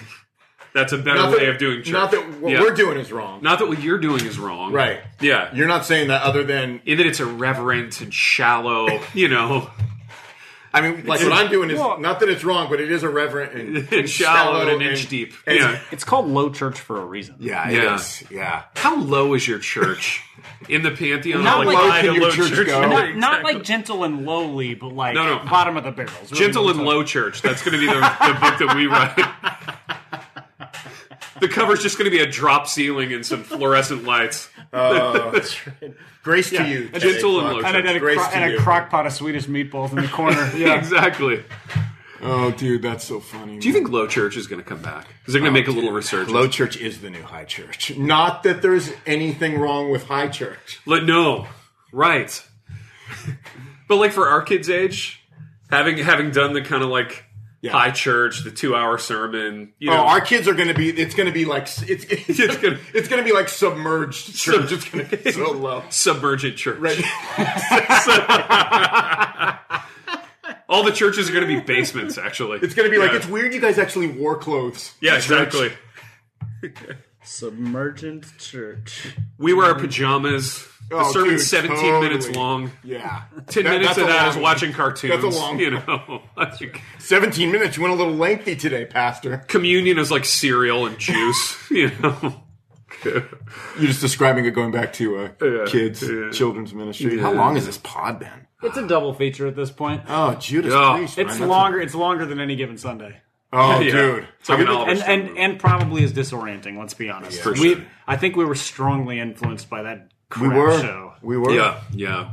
Speaker 1: that's a better
Speaker 3: not
Speaker 1: way
Speaker 3: that-
Speaker 1: of doing church.
Speaker 3: Not that what
Speaker 1: Yeah.
Speaker 3: we're doing is wrong.
Speaker 1: Not that what you're doing is wrong.
Speaker 3: right.
Speaker 1: Yeah.
Speaker 3: You're not saying that other than
Speaker 1: in that it's irreverent and shallow, you know,
Speaker 3: I mean, like what I'm doing is
Speaker 2: Well-
Speaker 3: not that it's wrong, but it is irreverent and,
Speaker 1: and shallow and an inch deep. yeah.
Speaker 2: It's called low church for a reason.
Speaker 3: Yeah,
Speaker 1: Yeah.
Speaker 3: it is. Yeah.
Speaker 1: How low is your church in the pantheon?
Speaker 2: Not
Speaker 1: Like,
Speaker 2: like-
Speaker 1: low
Speaker 2: Low
Speaker 3: can
Speaker 1: to
Speaker 3: your
Speaker 1: low
Speaker 3: church go?
Speaker 2: Not,
Speaker 3: Not-
Speaker 2: not like gentle and lowly, but like
Speaker 1: No, no.
Speaker 2: bottom of the barrels. really
Speaker 1: Gentle
Speaker 2: what
Speaker 1: and
Speaker 2: I'm
Speaker 1: Low Church. That's going to be the, the book that we write. the cover's just going to be a drop ceiling and some fluorescent lights.
Speaker 3: Oh, Grace to
Speaker 2: Yeah.
Speaker 3: you.
Speaker 1: A gentle and
Speaker 3: Jake
Speaker 1: low
Speaker 3: Clark.
Speaker 2: talking about. And, a- and, a,
Speaker 3: Grace
Speaker 2: cro-
Speaker 3: to
Speaker 2: and
Speaker 3: you.
Speaker 2: a crock pot of Swedish meatballs in the corner. Yeah.
Speaker 1: Exactly.
Speaker 3: Oh, dude, that's so funny.
Speaker 1: Do you think Low Church is going to come back? Because
Speaker 3: Uh,
Speaker 1: they're going to make a little resurgence.
Speaker 3: Low church is the new high church. Not that there's anything wrong with high church.
Speaker 1: Let- no, right. but like for our kids' age, having having done the kind of like
Speaker 3: Yeah.
Speaker 1: high church, the two hour sermon, you
Speaker 3: Oh,
Speaker 1: know,
Speaker 3: our kids are going to be. It's going to be like s- it's it's,
Speaker 1: It's gonna-
Speaker 3: gonna, be like submerged church. It's going to be so low.
Speaker 1: submergent church.
Speaker 3: Right.
Speaker 1: All the churches are going to be basements. Actually,
Speaker 3: It's going to be like
Speaker 1: Yeah.
Speaker 3: it's weird. You guys actually wore clothes.
Speaker 1: yeah,
Speaker 3: to church.
Speaker 1: exactly.
Speaker 2: Submergent church.
Speaker 1: We wear our pajamas. The
Speaker 3: Oh,
Speaker 1: sermon's
Speaker 3: dude,
Speaker 1: 17
Speaker 3: totally.
Speaker 1: minutes long.
Speaker 3: Yeah.
Speaker 1: 10
Speaker 3: That-
Speaker 1: minutes
Speaker 3: that's
Speaker 1: of
Speaker 3: a
Speaker 1: that is
Speaker 3: long-
Speaker 1: watching cartoons.
Speaker 3: That's a long-
Speaker 1: You know, That's your-
Speaker 3: Seventeen minutes. You went a little lengthy today, Pastor.
Speaker 1: communion is like cereal and juice. You know,
Speaker 3: You're just describing it going back to uh,
Speaker 1: Yeah,
Speaker 3: kids,
Speaker 1: yeah.
Speaker 3: children's ministry. How
Speaker 1: Yeah.
Speaker 3: long has this pod been?
Speaker 2: It's a double feature at this point.
Speaker 3: Oh, Judas
Speaker 1: Yeah.
Speaker 3: Priest. man,
Speaker 2: It's
Speaker 3: that's a-
Speaker 2: longer. It's longer than any given Sunday,
Speaker 3: oh,
Speaker 1: Yeah.
Speaker 3: dude.
Speaker 1: It's like an Oliver
Speaker 2: and
Speaker 1: Stone
Speaker 2: and
Speaker 1: movie.
Speaker 2: and probably is disorienting. Let's be honest.
Speaker 1: For
Speaker 2: we,
Speaker 1: sure.
Speaker 2: I think we were strongly influenced by that
Speaker 3: we
Speaker 2: crap
Speaker 3: were.
Speaker 2: show.
Speaker 3: We were.
Speaker 1: Yeah, yeah.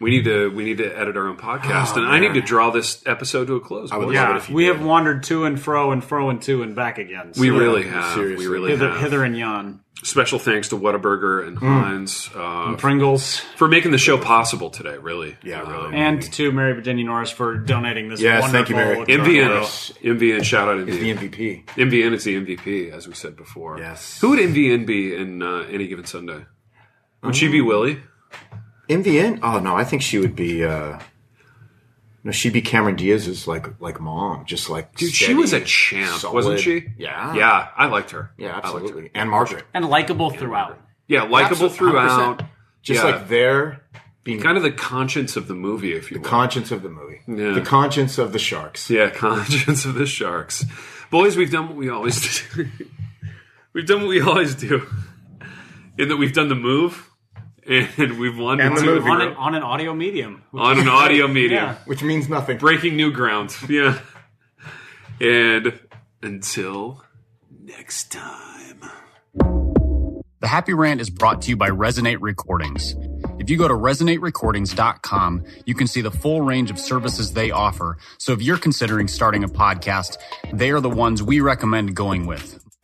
Speaker 1: We need to we need to edit our own podcast, and I need to draw this episode to a close.
Speaker 3: Oh, I would
Speaker 1: boys.
Speaker 3: love it
Speaker 2: Yeah,
Speaker 3: if you
Speaker 2: we
Speaker 3: did.
Speaker 2: have wandered to and fro and fro and to and back again. So
Speaker 1: we really
Speaker 3: Yeah,
Speaker 1: have.
Speaker 3: seriously.
Speaker 1: We really
Speaker 2: hither,
Speaker 1: have.
Speaker 2: hither and yon.
Speaker 1: Special thanks to Whataburger
Speaker 3: Mm.
Speaker 1: and Heinz uh,
Speaker 2: Pringles
Speaker 1: for making the show possible today. Really, Uh,
Speaker 3: Yeah, really.
Speaker 2: and to Mary Virginia Norris for donating this.
Speaker 3: Yes,
Speaker 2: wonderful
Speaker 3: thank you, Mary.
Speaker 2: look-
Speaker 1: MVN, MVN, shout out
Speaker 3: the
Speaker 1: MVN.
Speaker 3: MVP.
Speaker 1: MVN is the MVP, as we said before.
Speaker 3: Yes.
Speaker 1: Who would MVN be in uh, any given Sunday? Would she be
Speaker 3: Um,
Speaker 1: Willie?
Speaker 3: MVN? Oh no, I think she would be. uh No, she'd be Cameron Diaz's like like mom, just like
Speaker 1: Dude, she was a champ, wasn't she?
Speaker 3: Yeah,
Speaker 1: Yeah, I liked her.
Speaker 3: yeah,
Speaker 1: I liked her.
Speaker 3: absolutely. And Margaret,
Speaker 2: and likable throughout.
Speaker 1: Yeah, likable
Speaker 3: Absolutely, 100%.
Speaker 1: throughout.
Speaker 3: just
Speaker 1: Yeah.
Speaker 3: like there being
Speaker 1: Kind of the conscience of the movie, if you will.
Speaker 3: conscience of the movie,
Speaker 1: Yeah.
Speaker 3: the conscience of the sharks.
Speaker 1: Yeah, conscience of the sharks. Boys, we've done what we always do. we've done what we always do. In that we've done the move and we've won
Speaker 3: And the
Speaker 1: two in
Speaker 3: movie.
Speaker 2: On
Speaker 1: a
Speaker 2: an,
Speaker 1: row.
Speaker 2: on an audio medium. which
Speaker 1: on
Speaker 2: is
Speaker 1: an
Speaker 2: great.
Speaker 1: audio medium.
Speaker 2: Yeah.
Speaker 3: Which means nothing.
Speaker 1: Breaking new ground. Yeah. And until next time.
Speaker 6: The Happy Rant is brought to you by Resonate Recordings. If you go to resonaterecordings.com, you can see the full range of services they offer. So if you're considering starting a podcast, they are the ones we recommend going with.